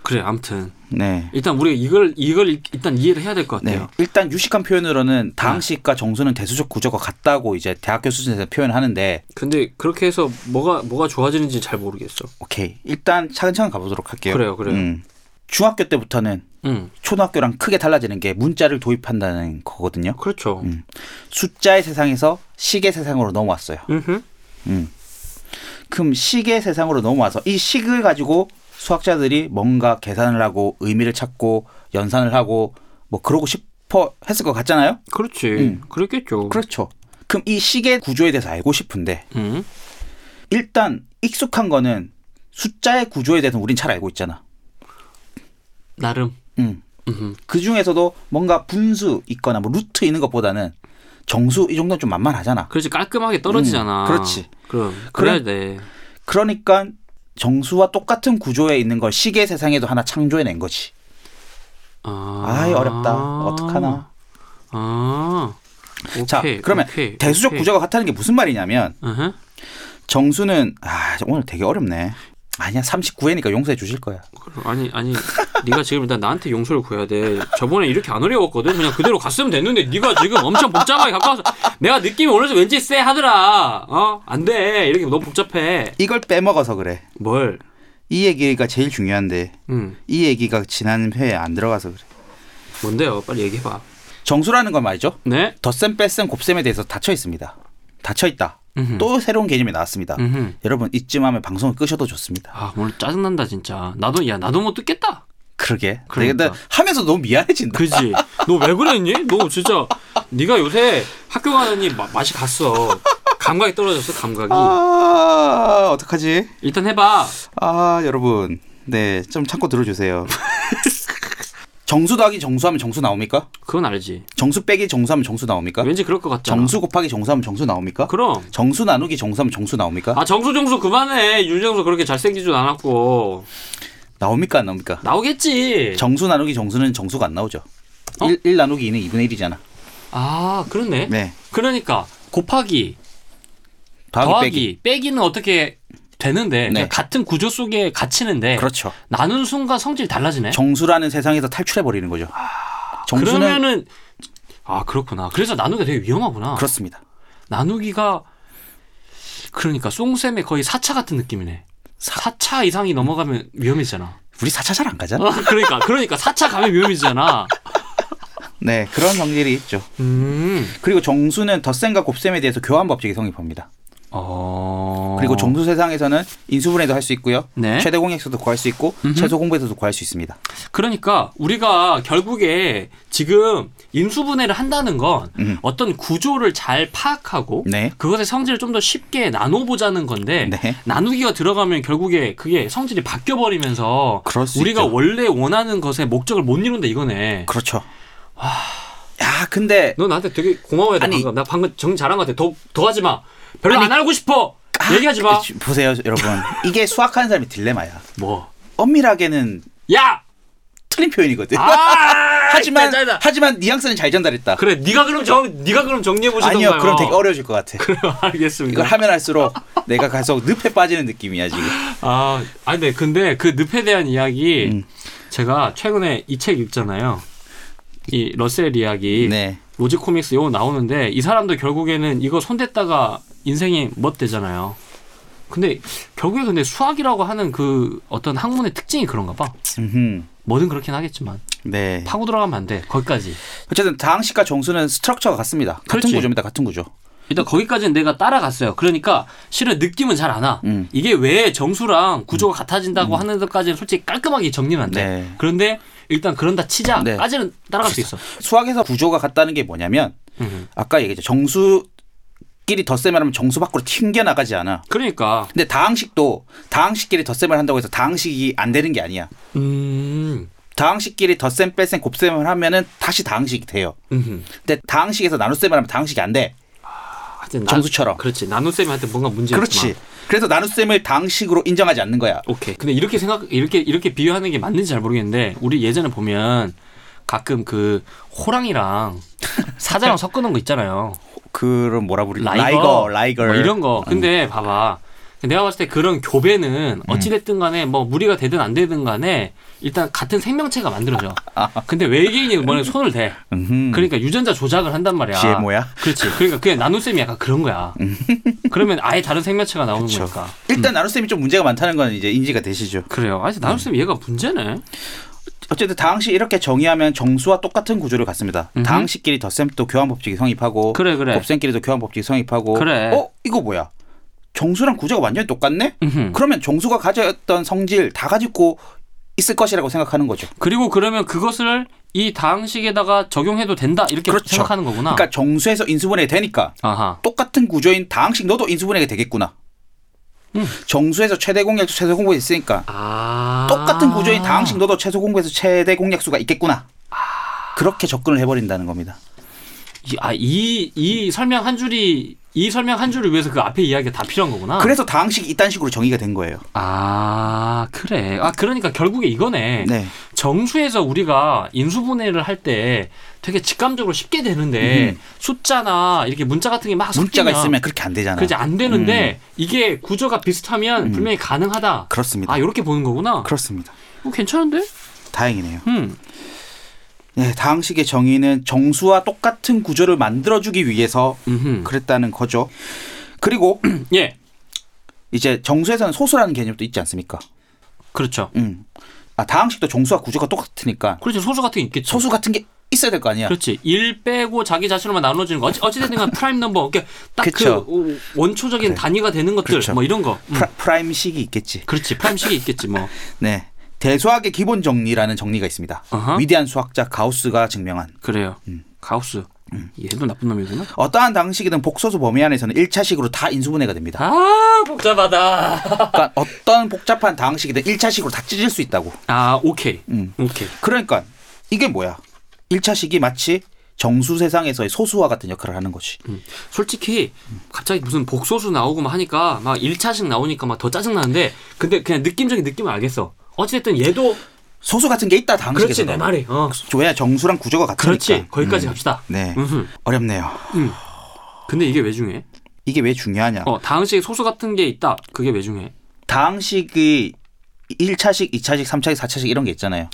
그래 아무튼
네.
일단 우리가 이걸 이걸 일- 일단 이해를 해야 될 것
네.
같아요.
일단 유식한
네.
표현으로는 다항식과 정수는 대수적 구조가 같다고 이제 대학교 수준에서 표현하는데
근데 그렇게 해서 뭐가 뭐가 좋아지는지 잘 모르겠어.
오케이 일단 차근차근 가보도록 할게요.
그래요, 그래요.
음. 중학교 때부터는
음.
초등학교랑 크게 달라지는 게 문자를 도입한다는 거거든요.
그렇죠. 음.
숫자의 세상에서 시계 세상으로 넘어왔어요.
흠
그럼 식의 세상으로 넘어와서 이 식을 가지고 수학자들이 뭔가 계산을 하고 의미를 찾고 연산을 하고 뭐 그러고 싶어 했을 것 같잖아요.
그렇지. 그렇겠죠.
그렇죠. 그럼 이 식의 구조에 대해서 알고 싶은데
음.
일단 익숙한 거는 숫자의 구조에 대해서 우린 잘 알고 있잖아.
나름.
음.
음.
그 중에서도 뭔가 분수 있거나 뭐 루트 있는 것보다는 정수 이 정도는 좀 만만하잖아.
그렇지 깔끔하게 떨어지잖아.
음, 그렇지.
그럼 그래야
그래-
돼.
그러니까 정수와 똑같은 구조에 있는 걸 식의 세상에도 하나 창조해낸 거지.
아,
아이 어렵다. 어떡하나.
아. 오케이,
자, 그러면
오케이,
대수적
오케이.
구조가 같다는 게 무슨 말이냐면
어허.
정수는 아 오늘 되게 어렵네. 아니야 39회니까 용서해 주실 거야.
그럼 아니 아니 네가 지금 일단 나한테 용서를 구해야 돼. 저번에 이렇게 안 어려웠거든. 그냥 그대로 갔으면 됐는데 네가 지금 엄청 복잡하게 갖고 와서 내가 느낌이 오늘서 왠지 쎄 하더라. 어? 안 돼. 이렇게 너무 복잡해.
이걸 빼먹어서 그래.
뭘?
이 얘기가 제일 중요한데
음.
이 얘기가 지난 회에 안 들어가서 그래.
뭔데요? 빨리 얘기해 봐.
정수라는 건 말이죠.
네?
덧셈 뺄셈 곱셈에 대해서 닫혀 있습니다. 닫혀 있다. 또 새로운 개념이 나왔습니다.
음흠.
여러분 이쯤 하면 방송을 끄셔도 좋습니다.
아, 오늘 짜증난다 진짜. 나도 야, 나도 못 듣겠다.
그러게.
그러니까.
내가 근데 하면서 너무 미안해진다.
그지? 너 왜 그랬니? 너 진짜 네가 요새 학교 가느니 마- 맛이 갔어. 감각이 떨어졌어, 감각이.
아 어떡하지?
일단 해 봐.
아 여러분 네 좀 참고 들어주세요 정수 더하기 정수하면 정수 나옵니까?
그건 알지.
정수 빼기 정수하면 정수 나옵니까?
왠지 그럴 것 같잖아.
정수 곱하기 정수하면 정수 나옵니까?
그럼
정수 나누기 정수하면 정수 나옵니까?
아 정수 정수 그만해 윤정수 그렇게 잘생기지도 않았고
나옵니까 안 나옵니까?
나오겠지
정수 나누기 정수는 정수가 안 나오죠
네. 어?
1, 일 나누기 2는 2분의 1이잖아
아 그렇네
네
그러니까 곱하기
더하기, 빼기
더하기 빼기. 는 어떻게 되는데
네.
그냥 같은 구조 속에 갇히는데
그렇죠
나눈 순간 성질 네. 달라지네 아,
정수라는 세상에서 탈출해버리는 거죠 정수는
그러면은 아 그렇구나 그래서 나누기가 되게 위험하구나
그렇습니다
나누기가 그러니까 송쌤의 거의 사차 같은 느낌이네 사차 이상이 넘어가면 위험해지잖아
우리 4차 잘 안 가잖아
아, 그러니까 그러니까 사차 가면 위험해지잖아
네 그런 성질이 있죠
음
그리고 정수는 덧셈과 곱셈에 대해서 교환법칙이 성립합니다
어.
그리고 정수 세상에서는 인수분해도 할 수 있고요.
네.
최대 공약수도 구할 수 있고 최소 공배수도 구할 수 있습니다.
그러니까 우리가 결국에 지금 인수분해를 한다는 건
음.
어떤 구조를 잘 파악하고
네.
그것의 성질을 좀 더 쉽게 나눠보자는 건데
네.
나누기가 들어가면 결국에 그게 성질이 바뀌어 버리면서
그럴 수
우리가
있죠.
원래 원하는 것의 목적을 못 이룬다 이거네.
그렇죠. 야, 근데
너 나한테 되게 고마워해 나
아니-
방금 나 방금 정 잘한 것 같아. 더 더 하지 마. 별로
아니-
안 알고 싶어. 얘기하지 마.
그, 보세요, 여러분. 이게 수학하는 사람이 딜레마야.
뭐?
엄밀하게는
야.
틀린 표현이거든.
아!
하지만
진짜 짜증나.
하지만 뉘앙스는 잘 전달했다.
그래, 네가 그럼 정, 네가 그럼 정리해 보시던가요?
아니요, 그럼 되게 어려워질 것 같아.
그러니까. 알겠습니다.
이걸 하면 할수록 내가 계속 늪에 빠지는 느낌이야 지금.
아, 아니, 네, 근데 그 늪에 대한 이야기,
음.
제가 최근에 이 책 읽잖아요. 이 러셀 이야기,
네,
로지 코믹스 요 나오는데, 이 사람도 결국에는 이거 손댔다가 인생이 멋되잖아요. 근데 결국에 근데 수학이라고 하는 그 어떤 학문의 특징이 그런가 봐.
음흠.
뭐든 그렇긴 하겠지만
네.
파고 들어가면 안 돼. 거기까지.
어쨌든 다항식과 정수는 스트럭처가 같습니다. 같은
그렇지.
구조입니다. 같은 구조. 음.
일단 거기까지는 내가 따라갔어요. 그러니까 실은 느낌은 잘 안 와.
음.
이게 왜 정수랑 구조가 같아진다고 하는 것까지는 솔직히 깔끔하게 정리는 안 돼.
네.
그런데 일단 그런다
네.
치자까지는 따라갈 수 있어.
수학에서 구조가 같다는 게 뭐냐면
음.
아까 얘기했죠. 정수끼리 덧셈을 하면 정수 밖으로 튕겨 나가지 않아.
그러니까
근데 다항식도 다항식끼리 덧셈을 한다고 해서 다항식이 안 되는 게 아니야.
음
다항식끼리 덧셈 뺄셈 곱셈을 하면은 다시 다항식이 돼요.
음.
근데 다항식에서 나눗셈을 하면 다항식이 안 돼.
하여튼
정수처럼.
그렇지. 나눗셈한테 뭔가 문제가
그렇지. 그래서 나눗셈을 다항식으로 인정하지 않는 거야.
오케이. 근데 이렇게 생각 이렇게 이렇게 비유하는 게 맞는지 잘 모르겠는데 우리 예전에 보면 가끔 그 호랑이랑 사자랑 섞어놓은 거 있잖아요.
그런 뭐라 부르지?
라이거,
라이거,
뭐 이런 거. 근데 봐봐. 내가 봤을 때 그런 교배는 어찌됐든 간에 뭐 무리가 되든 안 되든 간에 일단 같은 생명체가 만들어져. 근데 외계인이 뭐에 손을 대.
음흠.
그러니까 유전자 조작을 한단 말이야. 음.
GMO야?
그렇지. 그러니까 그냥 나눗셈이 약간 그런 거야. 그러면 아예 다른 생명체가 나오는
그쵸.
거니까.
일단 나눗셈이 좀 문제가 많다는 건 이제 인지가 되시죠.
그래요. 아니 나눗셈이 얘가 문제네.
어쨌든 다항식 이렇게 정의하면 정수와 똑같은 구조를 갖습니다.
음흠.
다항식끼리 덧셈도 교환 법칙이 성립하고
그래, 그래.
곱셈끼리도 교환 법칙이 성립하고
그래.
어 이거 뭐야? 정수랑 구조가 완전히 똑같네?
음흠.
그러면 정수가 가졌던 성질 다 가지고 있을 것이라고 생각하는 거죠.
그리고 그러면 그것을 이 다항식에다가 적용해도 된다 이렇게
그렇죠.
생각하는 거구나.
그러니까 정수에서 인수분해가 되니까
아하.
똑같은 구조인 다항식 너도 인수분해가 되겠구나.
음.
정수에서 최대 공약수 최소 공배수 있으니까
아.
똑같은 구조인 다항식 너도 최소 공배수 최대 공약수가 있겠구나.
아.
그렇게 접근을 해버린다는 겁니다.
이- 아, 이, 이 설명 한 줄이, 이 설명 한 줄을 위해서 그 앞에 이야기가 다 필요한 거구나.
그래서 다항식이 이딴 식으로 정의가 된 거예요.
아, 그래. 아, 그러니까 결국에 이거네.
네.
정수에서 우리가 인수분해를 할 때 되게 직감적으로 쉽게 되는데 숫자나 이렇게 문자 같은 게 막
문자가
아, 섞이면
있으면 그렇게 안 되잖아요.
그지 안 되는데 이게 구조가 비슷하면 분명히 가능하다.
음. 그렇습니다.
아, 요렇게 보는 거구나.
그렇습니다.
어, 괜찮은데?
다행이네요.
음.
네, 다항식의 정의는 정수와 똑같은 구조를 만들어주기 위해서
음흠.
그랬다는 거죠. 그리고
예.
이제 정수에서는 소수라는 개념도 있지 않습니까?
그렇죠.
음. 아, 다항식도 정수와 구조가 똑같으니까
그렇지. 소수 같은 게 있겠죠.
소수 같은 게 있어야 될 거 아니야.
그렇지. 1 빼고 자기 자신으로만 나눠지는 거. 어찌- 어찌됐든 간 프라임 넘버. 그러니까
그쵸.
딱그 원초적인 단위가 되는 것들.
그쵸.
뭐 이런 거. 음.
프라, 프라임식이 있겠지.
그렇지. 프라임식이 있겠지 뭐.
네. 대수학의 기본 정리라는 정리가 있습니다.
어허.
위대한 수학자 가우스가 증명한
그래요. 가우스. 얘도 나쁜 놈이구나.
어떠한 당식이든 복소수 범위 안에서는 1차식으로 다 인수분해가 됩니다.
아 복잡하다.
그러니까 어떤 복잡한 다항식이든 1차식으로 다 찢을 수 있다고.
아 오케이. 오케이.
그러니까 이게 뭐야? 1차식이 마치 정수 세상에서의 소수와 같은 역할을 하는 거지.
음. 솔직히 갑자기 무슨 복소수 나오고 막 하니까 막 1차식 나오니까 막 더 짜증 나는데 근데 그냥 느낌적인 느낌을 알겠어. 어찌됐든 얘도
소수 같은 게 있다 다항식에서.
그렇지 내 말이. 어.
왜 정수랑 구조가 같으니까.
그렇지. 거기까지 음. 갑시다.
네.
음흠.
어렵네요.
근데 이게 왜 중요해?
이게 왜 중요하냐?
어, 다항식 소수 같은 게 있다. 그게 왜 중요해?
다항식이 1차식, 2차식, 3차식, 4차식 이런 게 있잖아요.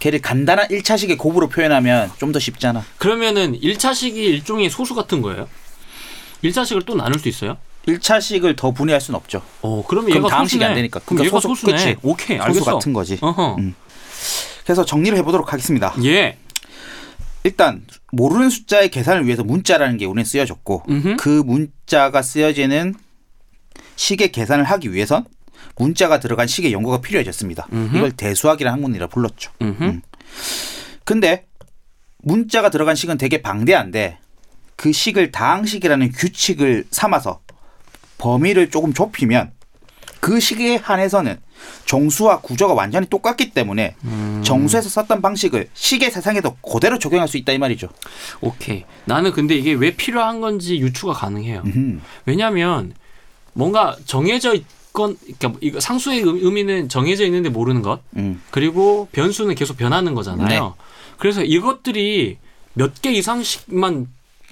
걔를 간단한 1차식의 곱으로 표현하면 좀 더 쉽잖아.
그러면은 1차식이 일종의 소수 같은 거예요? 1차식을 또 나눌 수 있어요?
1차식을 더 분해할 순 없죠.
어, 그럼
그럼
얘가
다항식이
소수네.
안 되니까.
그럼
그러니까
얘가
소수,
소수, 음. 네
그치.
오케이,
소수
알겠어.
같은 거지.
어허.
그래서 정리를 해보도록 하겠습니다.
예.
일단 모르는 숫자의 계산을 위해서 문자라는 게 우리는 쓰여졌고
음흠.
그 문자가 쓰여지는 식의 계산을 하기 위해선 문자가 들어간 식의 연구가 필요해졌습니다. 이걸 대수학이라는 학문이라 불렀죠.
음흠.
근데 문자가 들어간 식은 되게 방대한데 그 식을 다항식이라는 규칙을 삼아서 범위를 조금 좁히면 그 식에 한해서는 정수와 구조가 완전히 똑같기 때문에
음.
정수에서 썼던 방식을 식의 세상에도 그대로 적용할 수 있다 이 말이죠.
오케이. 나는 근데 이게 왜 필요한 건지 유추가 가능해요.
음,
왜냐면 뭔가 정해져 있건 그러니까 이거 상수의 의- 의미는 정해져 있는데 모르는 것.
음.
그리고 변수는 계속 변하는
네.
거잖아요. 그래서 이것들이 몇 개 이상씩만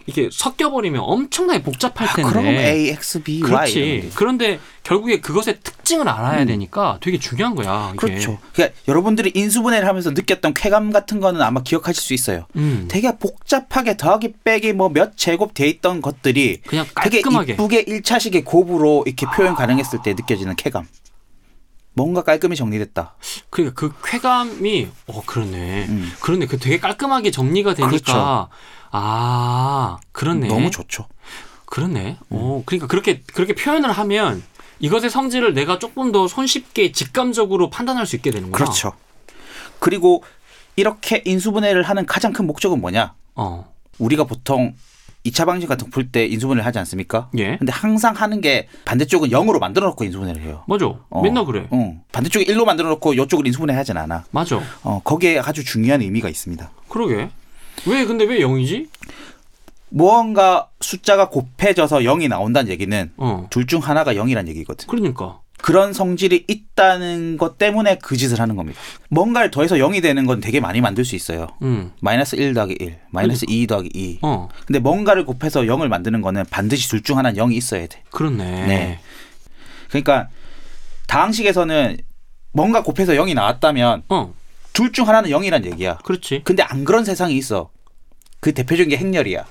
이렇게 섞여 버리면 엄청나게 복잡할 텐데.
아, 그럼 A, X, B, Y. 이런
그렇지.
게. 음.
그런데 결국에 그것의 특징을 알아야 되니까 되게 중요한 거야. 이게.
그렇죠. 그러니까 여러분들이 인수분해를 하면서 느꼈던 쾌감 같은 거는 아마 기억하실 수 있어요.
음.
되게 복잡하게 더하기 빼기 뭐 몇 제곱 돼 있던 것들이
그냥
되게
깔끔하게. 아.
이쁘게 1차식의 곱으로 이렇게 표현 가능했을 때 느껴지는 쾌감. 뭔가 깔끔히 정리됐다.
그러니까 그 쾌감이 어 그러네.
음.
그러네. 그 되게 깔끔하게 정리가 되니까
그렇죠.
아 그렇네.
너무 좋죠.
그렇네.
음.
어 그러니까 그렇게 그렇게 표현을 하면 이것의 성질을 내가 조금 더 손쉽게 직감적으로 판단할 수 있게 되는구나.
그렇죠. 그리고 이렇게 인수분해를 하는 가장 큰 목적은 뭐냐?
어.
우리가 보통 2차 방식 같은 거 풀 때 인수분해를 하지 않습니까?
예.
근데 항상 하는 게 반대쪽은 0으로 만들어 놓고 인수분해를 해요.
맞아.
어.
맨날 그래.
응. 반대쪽에 1로 만들어 놓고 이쪽을 인수분해 하진 않아.
맞아.
어, 거기에 아주 중요한 의미가 있습니다.
그러게. 왜 근데 왜 0이지?
무언가 숫자가 곱해져서 0이 나온다는 얘기는
어.
둘 중 하나가 0이란 얘기거든.
그러니까.
그런 성질이 있다는 것 때문에 그 짓을 하는 겁니다. 뭔가를 더해서 0이 되는 건 되게 많이 만들 수 있어요.
음.
마이너스 1 더하기 1, 마이너스 2 더하기 2.
어.
근데 뭔가를 곱해서 0을 만드는 거는 반드시 둘 중 하나는 0이 있어야 돼.
그렇네.
네. 그러니까 다항식에서는 뭔가 곱해서 0이 나왔다면
어.
둘 중 하나는 0이란 얘기야.
그렇지.
근데 안 그런 세상이 있어. 그 대표적인 게 행렬이야.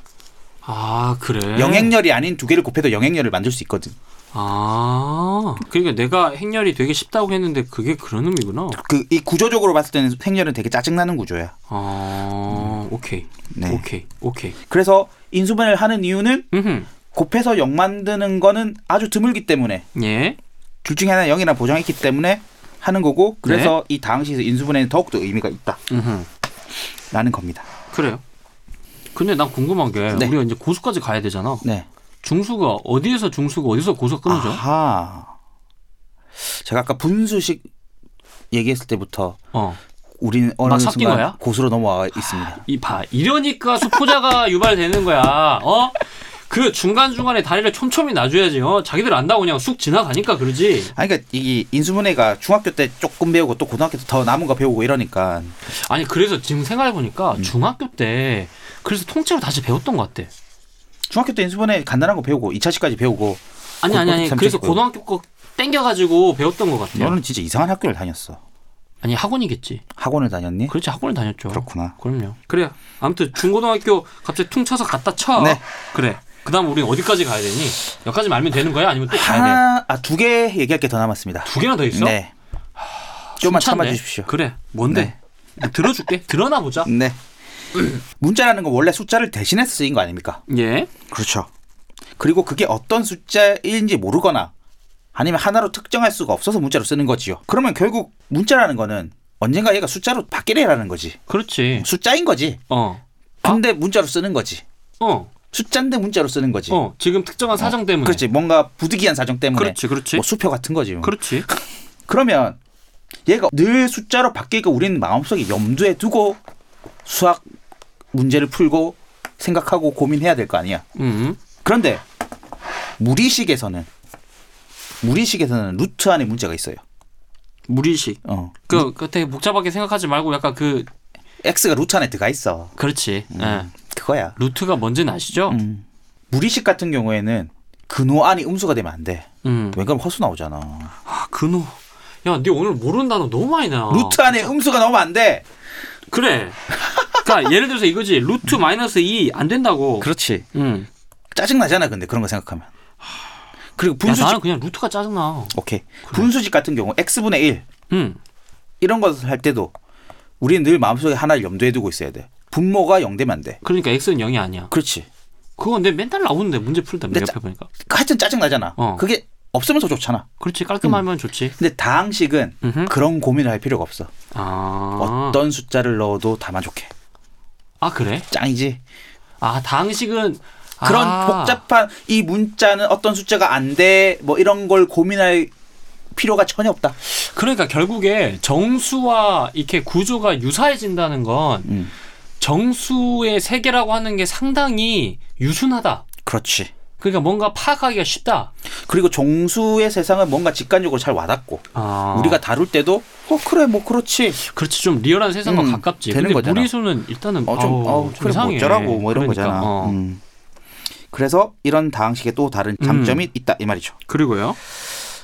아, 그래.
영행렬이 아닌 두 개를 곱해도 영행렬을 만들 수 있거든.
아. 그러니까 내가 행렬이 되게 쉽다고 했는데 그게 그런 의미구나.
그 이 구조적으로 봤을 때는 행렬은 되게 짜증나는 구조야.
아, 오케이.
네.
오케이. 오케이.
그래서 인수분해를 하는 이유는
음.
곱해서 0 만드는 거는 아주 드물기 때문에
예.
둘 중에 하나 0이라 보정했기 때문에 하는 거고 그래서
네.
이 다항식에서 인수분해는 더욱더 의미가
음.
있다라는 겁니다.
그래요. 근데 난 궁금한 게
네.
우리가 이제 고수까지 가야 되잖아.
네.
중수가 어디에서 중수가 어디서 고수가 끊어져?
아하. 제가 아까 분수식 얘기했을 때부터
어.
우리는 어느
막 섞인
순간
거야?
고수로 넘어와 있습니다.
이 봐. 이러니까 수포자가 유발되는 거야. 어? 그 중간중간에 다리를 촘촘히 놔줘야지. 어? 자기들 안다고 그냥 쑥 지나가니까 그러지.
아니 그러니까 이 인수분해가 중학교 때 조금 배우고 또 고등학교 때 더 남은 거 배우고 이러니까
아니, 그래서 지금 생각해보니까
음.
중학교 때 그래서 통째로 다시 배웠던 것 같아.
중학교 때 인수분해 간단한 거 배우고 2차시까지 배우고
아니, 아니, 아니.
그것도
그래서
참겠고요.
고등학교 거 땡겨가지고 배웠던 것 같아요.
너는 진짜 이상한 학교를 다녔어.
아니, 학원이겠지.
학원을 다녔니?
그렇지, 학원을 다녔죠.
음. 그렇구나.
그럼요. 그래. 아무튼 중고등학교 갑자기 퉁쳐서 갔다 쳐.
네.
그래. 그 다음 우린 어디까지 가야 되니? 여기까지만 알면 되는 거야? 아니면 네. 또 가야 돼?
하나 아 두 개 얘기할 게 더 남았습니다.
두 개나 더 있어?
네.
괜찮네.
좀만 참아 주십시오.
그래. 뭔데? 뭐 들어줄게. 들어나 보자.
네. 문자라는 건 원래 숫자를 대신해서 쓰인 거 아닙니까?
예.
그렇죠. 그리고 그게 어떤 숫자인지 모르거나 아니면 하나로 특정할 수가 없어서 문자로 쓰는 거지요. 그러면 결국 문자라는 거는 언젠가 얘가 숫자로 바뀌래라는 거지.
그렇지.
숫자인 거지.
어.
근데 문자로 쓰는 거지.
어.
숫자인데 문자로 쓰는 거지.
어. 지금 특정한 사정 때문에.
그렇지. 뭔가 부득이한 사정 때문에.
그렇지. 그렇지.
뭐 수표 같은 거지. 뭐.
그렇지.
그러면 얘가 늘 숫자로 바뀌니까 우리는 마음속에 염두에 두고 수학 문제를 풀고 생각하고 고민해야 될 거 아니야.
음.
그런데 무리식에서는 무리식에서는 루트 안에 문제가 있어요.
무리식.
어.
그, 그 되게 복잡하게 생각하지 말고 약간 그
x가 루트 안에 들어가 있어.
그렇지.
음.
예.
그거야.
루트가 뭔지는 아시죠? 음.
무리식 같은 경우에는 근호 안이 음수가 되면 안 돼. 왜 그럼 허수 나오잖아.
아, 근호. 야, 네 오늘 모르는 단어 너무 많이 나.
루트 안에 음수가 나오면 안 돼.
그래. 그러니까 예를 들어서 이거지. 루트 마이너스 2 안 된다고.
그렇지.
음.
짜증 나잖아. 근데 그런 거 생각하면. 그리고
야,
분수식
나는 그냥 루트가 짜증나.
오케이. 분수식 같은 경우 x분의 1
음.
이런 것을 할 때도 우리는 늘 마음속에 하나를 염두에 두고 있어야 돼. 분모가 0되면 안 돼.
그러니까 x는 0이 아니야.
그렇지.
그건 내 맨날 나오는데 문제 풀다
내
옆에
짜-
보니까.
하여튼 짜증나잖아.
어.
그게 없으면 더 좋잖아.
그렇지.
음.
깔끔하면 좋지.
근데 다항식은
음흠.
그런 고민을 할 필요가 없어.
아.
어떤 숫자를 넣어도 다 만족해.
아, 그래?
짱이지.
아, 당식은
그런
아.
복잡한 이 문자는 어떤 숫자가 안 돼. 뭐 이런 걸 고민할 필요가 전혀 없다.
그러니까 결국에 정수와 이렇게 구조가 유사해진다는 건
음.
정수의 세계라고 하는 게 상당히 유순하다.
그렇지.
그러니까 뭔가 파악하기가 쉽다.
그리고 종수의 세상은 뭔가 직관적으로 잘 와닿고
아.
우리가 다룰 때도 어 그래 뭐 그렇지
그렇지 좀 리얼한 세상과
음,
가깝지.
되는
근데
거잖아.
무리수는 일단은
어, 좀,
아우, 좀
어, 그래, 뭐
이상해.
어쩌라고, 뭐 이런
그러니까,
거잖아.
어.
음. 그래서 이런 다항식의 또 다른
음.
장점이 있다, 이 말이죠.
그리고요.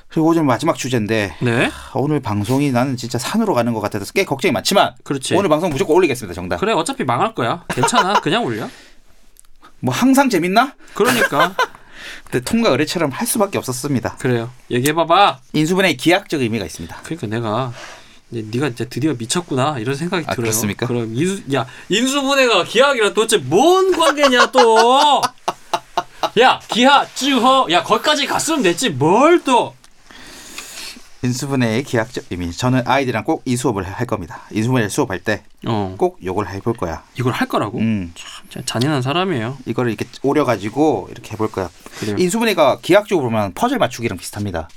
그리고 오늘 마지막 주제인데,
네.
아, 오늘 방송이 나는 진짜 산으로 가는 것 같아서 꽤 걱정이 많지만,
그렇지.
오늘 방송 무조건 올리겠습니다, 정답.
그래 어차피 망할 거야. 괜찮아. 그냥 올려.
뭐 항상 재밌나?
그러니까
근데 통과 의뢰처럼 할 수밖에 없었습니다.
그래요. 얘기해봐봐.
인수분의 기하학적 의미가 있습니다.
그러니까 내가 이제 네가 이제 드디어 미쳤구나 이런 생각이
아,
들어요.
그렇습니까?
럼 인수 야 인수분해가 기하학이랑 도대체 뭔 관계냐 또. 야 기하 쯔허 야 거기까지 갔으면 됐지 뭘 또.
빈수분해의 기하학적 의미. 저는 아이들이랑 꼭 이 수업을 할 겁니다. 이 수분해 수업할
어.
때 꼭 요걸 해볼 거야.
이걸 할 거라고?
음.
참, 참 잔인한 사람이에요.
이거를 이렇게 오려가지고 이렇게 해볼 거야.
그래요.
인수분해가 기하학적으로 보면 퍼즐 맞추기랑 비슷합니다.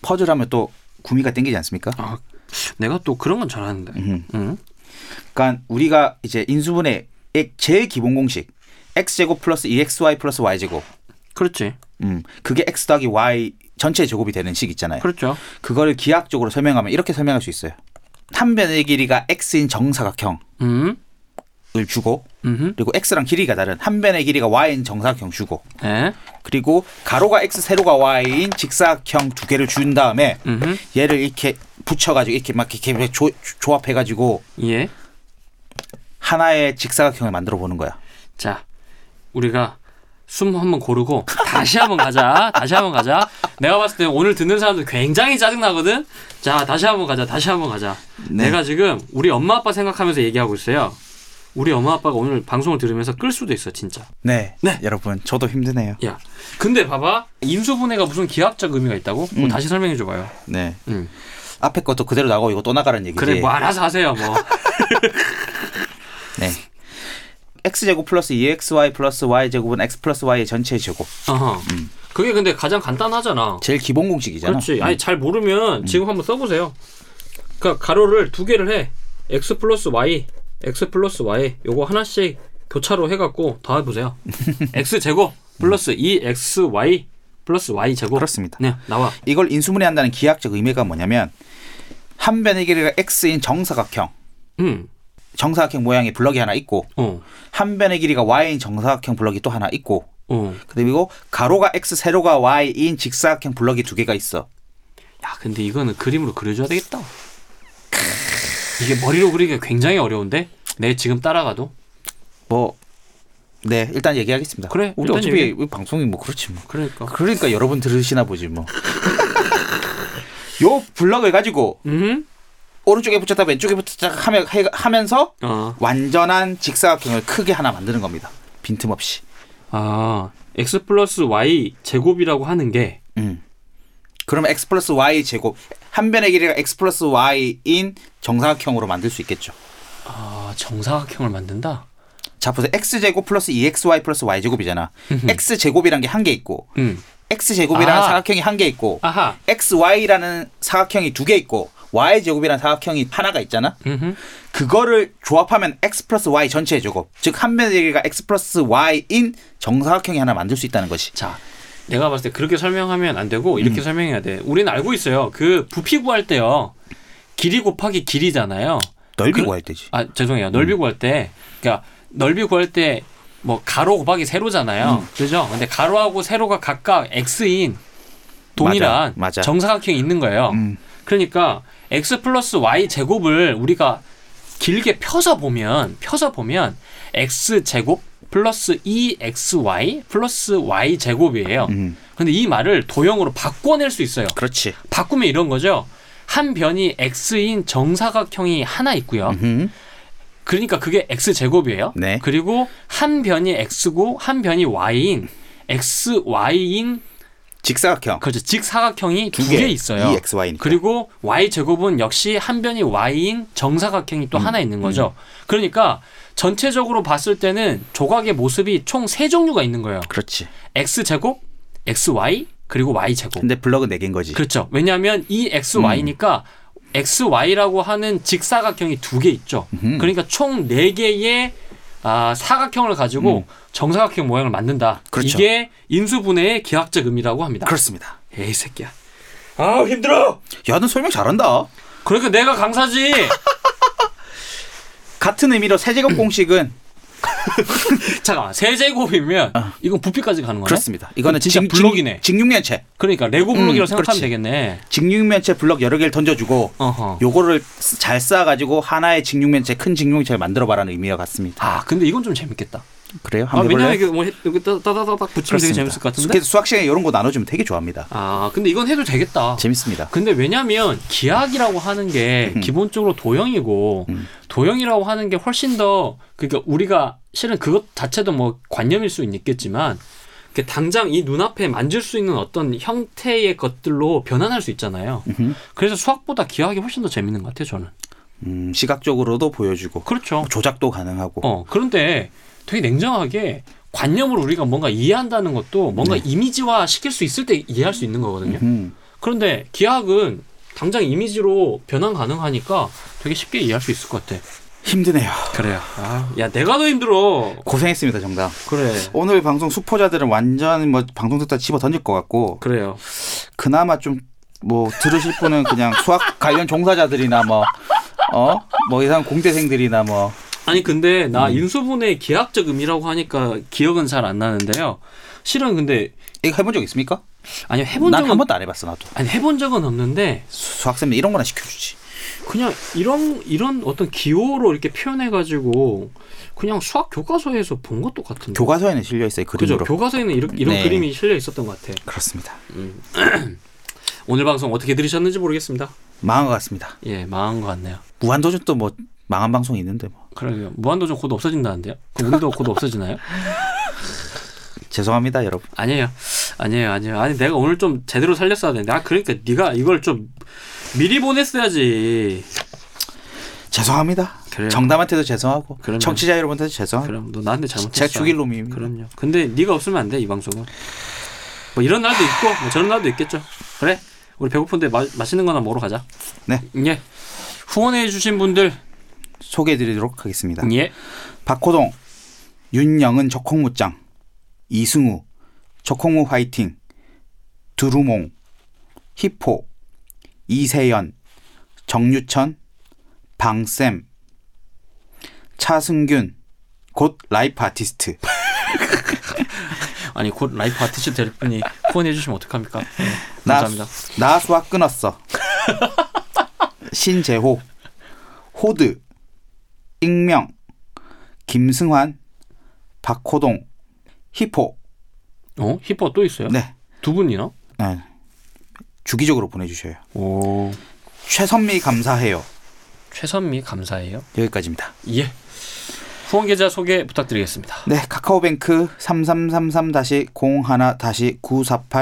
퍼즐 하면 또 구미가 땡기지 않습니까?
아, 내가 또 그런 건 잘하는데.
음.
응.
그러니까 우리가 이제 인수분해의 제일 기본 공식 x제곱 플러스 2xy 플러스 y제곱
그렇지.
음, 그게 x 더하기 y 전체 제곱이 되는 식 있잖아요.
그렇죠.
그거를 기하학적으로 설명하면 이렇게 설명할 수 있어요. 한 변의 길이가 x인 정사각형을
음.
주고
음.
그리고 x랑 길이가 다른 한 변의 길이가 y인 정사각형 주고
네.
그리고 가로가 x 세로가 y인 직사각형 두 개를 준 다음에
음.
얘를 이렇게 붙여가지고 이렇게 막 이렇게 조, 조합해가지고
예.
하나의 직사각형을 만들어 보는 거야.
자, 우리가 숨 한번 고르고 다시 한번 가자. 다시 한번 가자. 내가 봤을 때 오늘 듣는 사람들 굉장히 짜증 나거든. 자, 다시 한번 가자. 다시 한번 가자.
네.
내가 지금 우리 엄마 아빠 생각하면서 얘기하고 있어요. 우리 엄마 아빠가 오늘 방송을 들으면서 끌 수도 있어, 진짜.
네,
네.
여러분 저도 힘드네요.
야, 근데 봐봐. 인수분해가 무슨 기하학적 의미가 있다고?
음.
뭐 다시 설명해 줘봐요.
네,
음.
앞에 것도 그대로 나고 이거 또 나가라는 얘기지.
그래, 뭐 알아서 하세요, 뭐.
네. x제곱 플러스 2xy 플러스 y제곱은 x 플러스 y의 전체 제곱.
어허.
음.
그게 근데 가장 간단하잖아.
제일 기본 공식이잖아.
그렇지. 아니 잘 모르면
음.
지금 한번 써보세요. 그러니까 가로를 두 개를 해. x 플러스 y, x 플러스 y 요거 하나씩 교차로 해갖고 더해보세요. x 제곱 플러스 2xy 플러스 y 제곱.
음. 그렇습니다.
네 나와.
이걸 인수분해한다는 기하학적 의미가 뭐냐면 한 변의 길이가 x인 정사각형,
음.
정사각형 모양의 블럭이 하나 있고
어.
한 변의 길이가 y인 정사각형 블럭이 또 하나 있고
어.
그리고 가로가 x, 세로가 y인 직사각형 블럭이 두 개가 있어.
야 근데 이거는 그림으로 그려줘야 되겠다. 이게 머리로 그리기가 굉장히 어려운데 내 지금 따라가도
뭐 네, 일단 얘기하겠습니다.
그래,
우리
일단
어차피
얘기해.
이 방송이 뭐 그렇지 뭐.
그러니까.
그러니까 여러분 들으시나 보지 뭐. 요 블럭을 가지고
음.
오른쪽에 붙였다 왼쪽에 붙였다 하며, 해- 하면서
어.
완전한 직사각형을 크게 하나 만드는 겁니다. 빈틈없이.
아 x 플러스 y 제곱이라고 하는 게
음. 그러면 x 플러스 y 제곱 한 변의 길이가 x 플러스 y인 정사각형으로 만들 수 있겠죠.
아, 정사각형을 만든다.
자 보세요. x 제곱 플러스 2xy 플러스 y 제곱이잖아. x 제곱이란 게 한 개 있고
음.
x 제곱이라는
아.
사각형이 한 개 있고
아하.
xy라는 사각형이 두 개 있고 y 제곱이라는 사각형이 하나가 있잖아. 그거를 조합하면 x 플러스 y 전체의 제곱. 즉 한 변의 길이가 x 플러스 y인 정사각형이 하나 만들 수 있다는 것이.
자, 내가 봤을 때 그렇게 설명하면 안 되고 이렇게 설명해야 돼. 우리는 알고 있어요. 그 부피 구할 때요. 길이 곱하기 길이잖아요.
넓이
그-
구할 때지.
아, 죄송해요. 넓이 구할 때 그러니까 넓이 구할 때 뭐 가로 곱하기 세로잖아요.
음.
그죠? 근데 가로하고 세로가 각각 x인 동일한
맞아, 음. 맞아.
정사각형이 있는 거예요. 그러니까 x 플러스 y 제곱을 우리가 길게 펴서 보면 펴서 보면 x 제곱 플러스 2xy 플러스 y 제곱이에요.
음.
근데 이 말을 도형으로 바꿔낼 수 있어요.
그렇지.
바꾸면 이런 거죠. 한 변이 x인 정사각형이 하나 있고요.
음.
그러니까 그게 x 제곱이에요.
네.
그리고 한 변이 x고 한 변이 y인 x y인
직사각형.
그렇죠. 직사각형이 두 개
개.
있어요.
이 XY니까.
그리고 y 제곱은 역시 한 변이 y인 정사각형이
음.
또 하나 있는 거죠. 그러니까 전체적으로 봤을 때는 조각의 모습이 총 세 종류가 있는 거예요.
그렇지.
x 제곱, xy 그리고 y 제곱.
근데 블럭은 네 개인 거지.
그렇죠. 왜냐하면 이
음.
XY니까 XY라고 하는 직사각형이 두 개 있죠. 그러니까 총 네 개의 아, 사각형을 가지고 정사각형 모양을 만든다.
음. 그렇죠.
이게 인수분해의 기하학적 의미라고 합니다.
그렇습니다.
에이 새끼야. 아 힘들어.
야, 너 설명 잘한다.
그러니까 내가 강사지.
같은 의미로 세제곱 공식은
잠깐만 세제곱이면 이건 부피까지 가는 거네.
어. 그렇습니다. 이거는
진짜
직-
블록이네.
직- 직육면체.
그러니까 레고 블록이라고
음,
생각하면
그렇지.
되겠네.
직육면체 블럭 여러 개를 던져주고
어허.
요거를 쓰- 잘 쌓아가지고 하나의 직육면체 큰 직육면체를 만들어봐라는 의미와 같습니다.
아 근데 이건 좀 재밌겠다.
그래요?
아,
한번
왜냐면
해볼래요?
이게 뭐 해- 이렇게 따다다닥 붙이면 되게 재밌을 것 같은데.
그래서 수학 시간에 이런 거 나눠주면 되게 좋아합니다.
아 근데 이건 해도 되겠다.
재밌습니다.
근데 왜냐면 기하학이라고 하는 게 기본적으로 도형이고 도형이라고 하는 게 훨씬 더 그러니까 우리가 실은 그것 자체도 뭐 관념일 수는 있겠지만 그 당장 이 눈앞에 만질 수 있는 어떤 형태의 것들로 변환할 수 있잖아요. 그래서 수학보다 기하학이 훨씬 더 재밌는 것 같아요, 저는.
음, 시각적으로도 보여주고
그렇죠.
조작도 가능하고
어, 그런데 되게 냉정하게 관념을 우리가 뭔가 이해한다는 것도 뭔가 이미지화 시킬 수 있을 때 이해할 수 있는 거거든요.
음,
그런데 기하학은 당장 이미지로 변환 가능하니까 되게 쉽게 이해할 수 있을 것 같아.
힘드네요.
그래요. 아, 야, 내가 더 힘들어.
고생했습니다 정답.
그래.
오늘 방송 수포자들은 완전 뭐 방송 듣다 집어 던질 것 같고
그래요.
그나마 좀 뭐 들으실 분은 그냥 수학 관련 종사자들이나 뭐, 뭐어뭐 이상 공대생들이나 뭐
아니 근데 나 인수분해 기하학적 의미라고 하니까 기억은 잘 안 나는데요. 실은 근데
이거 해본 적 있습니까?
아니 해본
난
적은
한 번도 안 해봤어 나도
아니 해본 적은 없는데
수학쌤 이런 거나 시켜주지.
그냥 이런 이런 어떤 기호로 이렇게 표현해 가지고 그냥 수학 교과서에서 본 것도 같은데.
교과서에는 실려 있어요
그죠?
그림으로.
교과서에는 이런, 이런
네.
그림이 실려 있었던 것 같아.
그렇습니다.
오늘 방송 어떻게 들으셨는지 모르겠습니다.
망한 것 같습니다.
예, 망한 것 같네요.
무한도전 또 뭐 망한 방송이 있는데 뭐
그러게요. 무한도전 곧 없어진다는데요? 그럼 우리도 곧 없어지나요?
죄송합니다 여러분.
아니에요. 아니에요. 아니에요. 아니 내가 오늘 좀 제대로 살렸어야 되는데. 아 그러니까 네가 이걸 좀 미리 보냈어야지.
죄송합니다.
그래요.
정담한테도 죄송하고
그럼요.
청취자 여러분한테도 죄송하고
그럼 너 나한테 잘못했어.
아, 제가 죽일 놈입니다.
그럼요. 근데 네가 없으면 안 돼 이 방송은. 뭐 이런 날도 있고 뭐 저런 날도 있겠죠. 그래. 우리 배고픈데 마, 맛있는 거나 먹으러 가자.
네.
예. 후원해 주신 분들
소개해드리도록 하겠습니다.
예.
박호동, 윤영은 적홍무짱, 이승우, 적홍무 화이팅, 두루몽, 히포, 이세연, 정유천, 방쌤, 차승균, 곧 라이프 아티스트,
아니 곧 라이프 아티스트 될 분이 후원해 주시면 어떡합니까? 예,
나,
감사합니다.
나 수학 끊었어. 신재호, 호드, 익명, 김승환, 박호동, 히포.
어? 힙합 또 있어요?
네.
두 분이나?
네. 주기적으로 보내주셔요.
오.
최선미 감사해요.
최선미 감사해요.
여기까지입니다.
예. 후원 계좌 소개 부탁드리겠습니다.
네, 카카오뱅크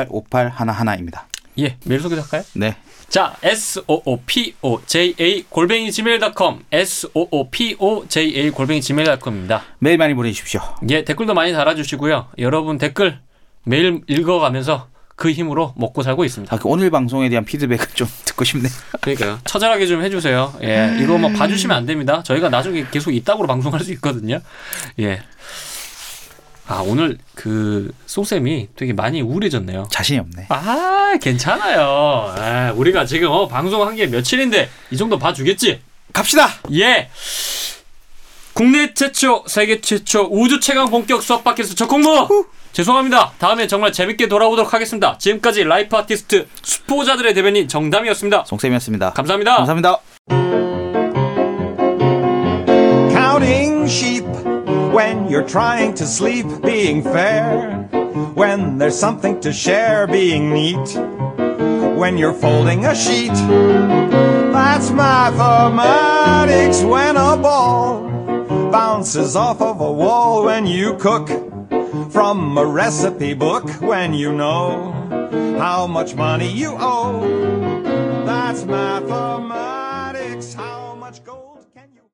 3333-014-948-5811입니다.
예, 메일 소개 할까요?
네,
자, s o o p o j a 골뱅이 gmail.com, s o o p o j a 골뱅이 gmail.com입니다.
메일 많이 보내주십시오.
예, 댓글도 많이 달아주시고요. 여러분 댓글 매일 읽어가면서 그 힘으로 먹고 살고 있습니다.
아, 그 오늘 방송에 대한 피드백을 좀 듣고 싶네요.
그러니까요. 처절하게 좀 해주세요. 예, 이거 뭐 봐주시면 안 됩니다. 저희가 나중에 계속 이따구로 방송할 수 있거든요. 예. 아, 오늘 그 소쌤이 되게 많이 우울해졌네요.
자신이 없네.
아 괜찮아요. 아, 우리가 지금 어, 방송한 게 며칠인데 이 정도 봐주겠지?
갑시다!
예. 국내 최초, 세계 최초 우주 최강 본격 수업 팟캐스트 적공무. 죄송합니다. 다음에 정말 재밌게 돌아오도록 하겠습니다. 지금까지 라이프 아티스트 수포자들의 대변인 정담이었습니다.
송쌤이었습니다.
감사합니다.
감사합니다.
counting sheep when you're trying to sleep, being fair, when there's something to share, being neat, when you're folding a sheet. That's mathematics when a ball bounces off of a wall when you cook from a recipe book when you know how much money you owe. That's mathematics.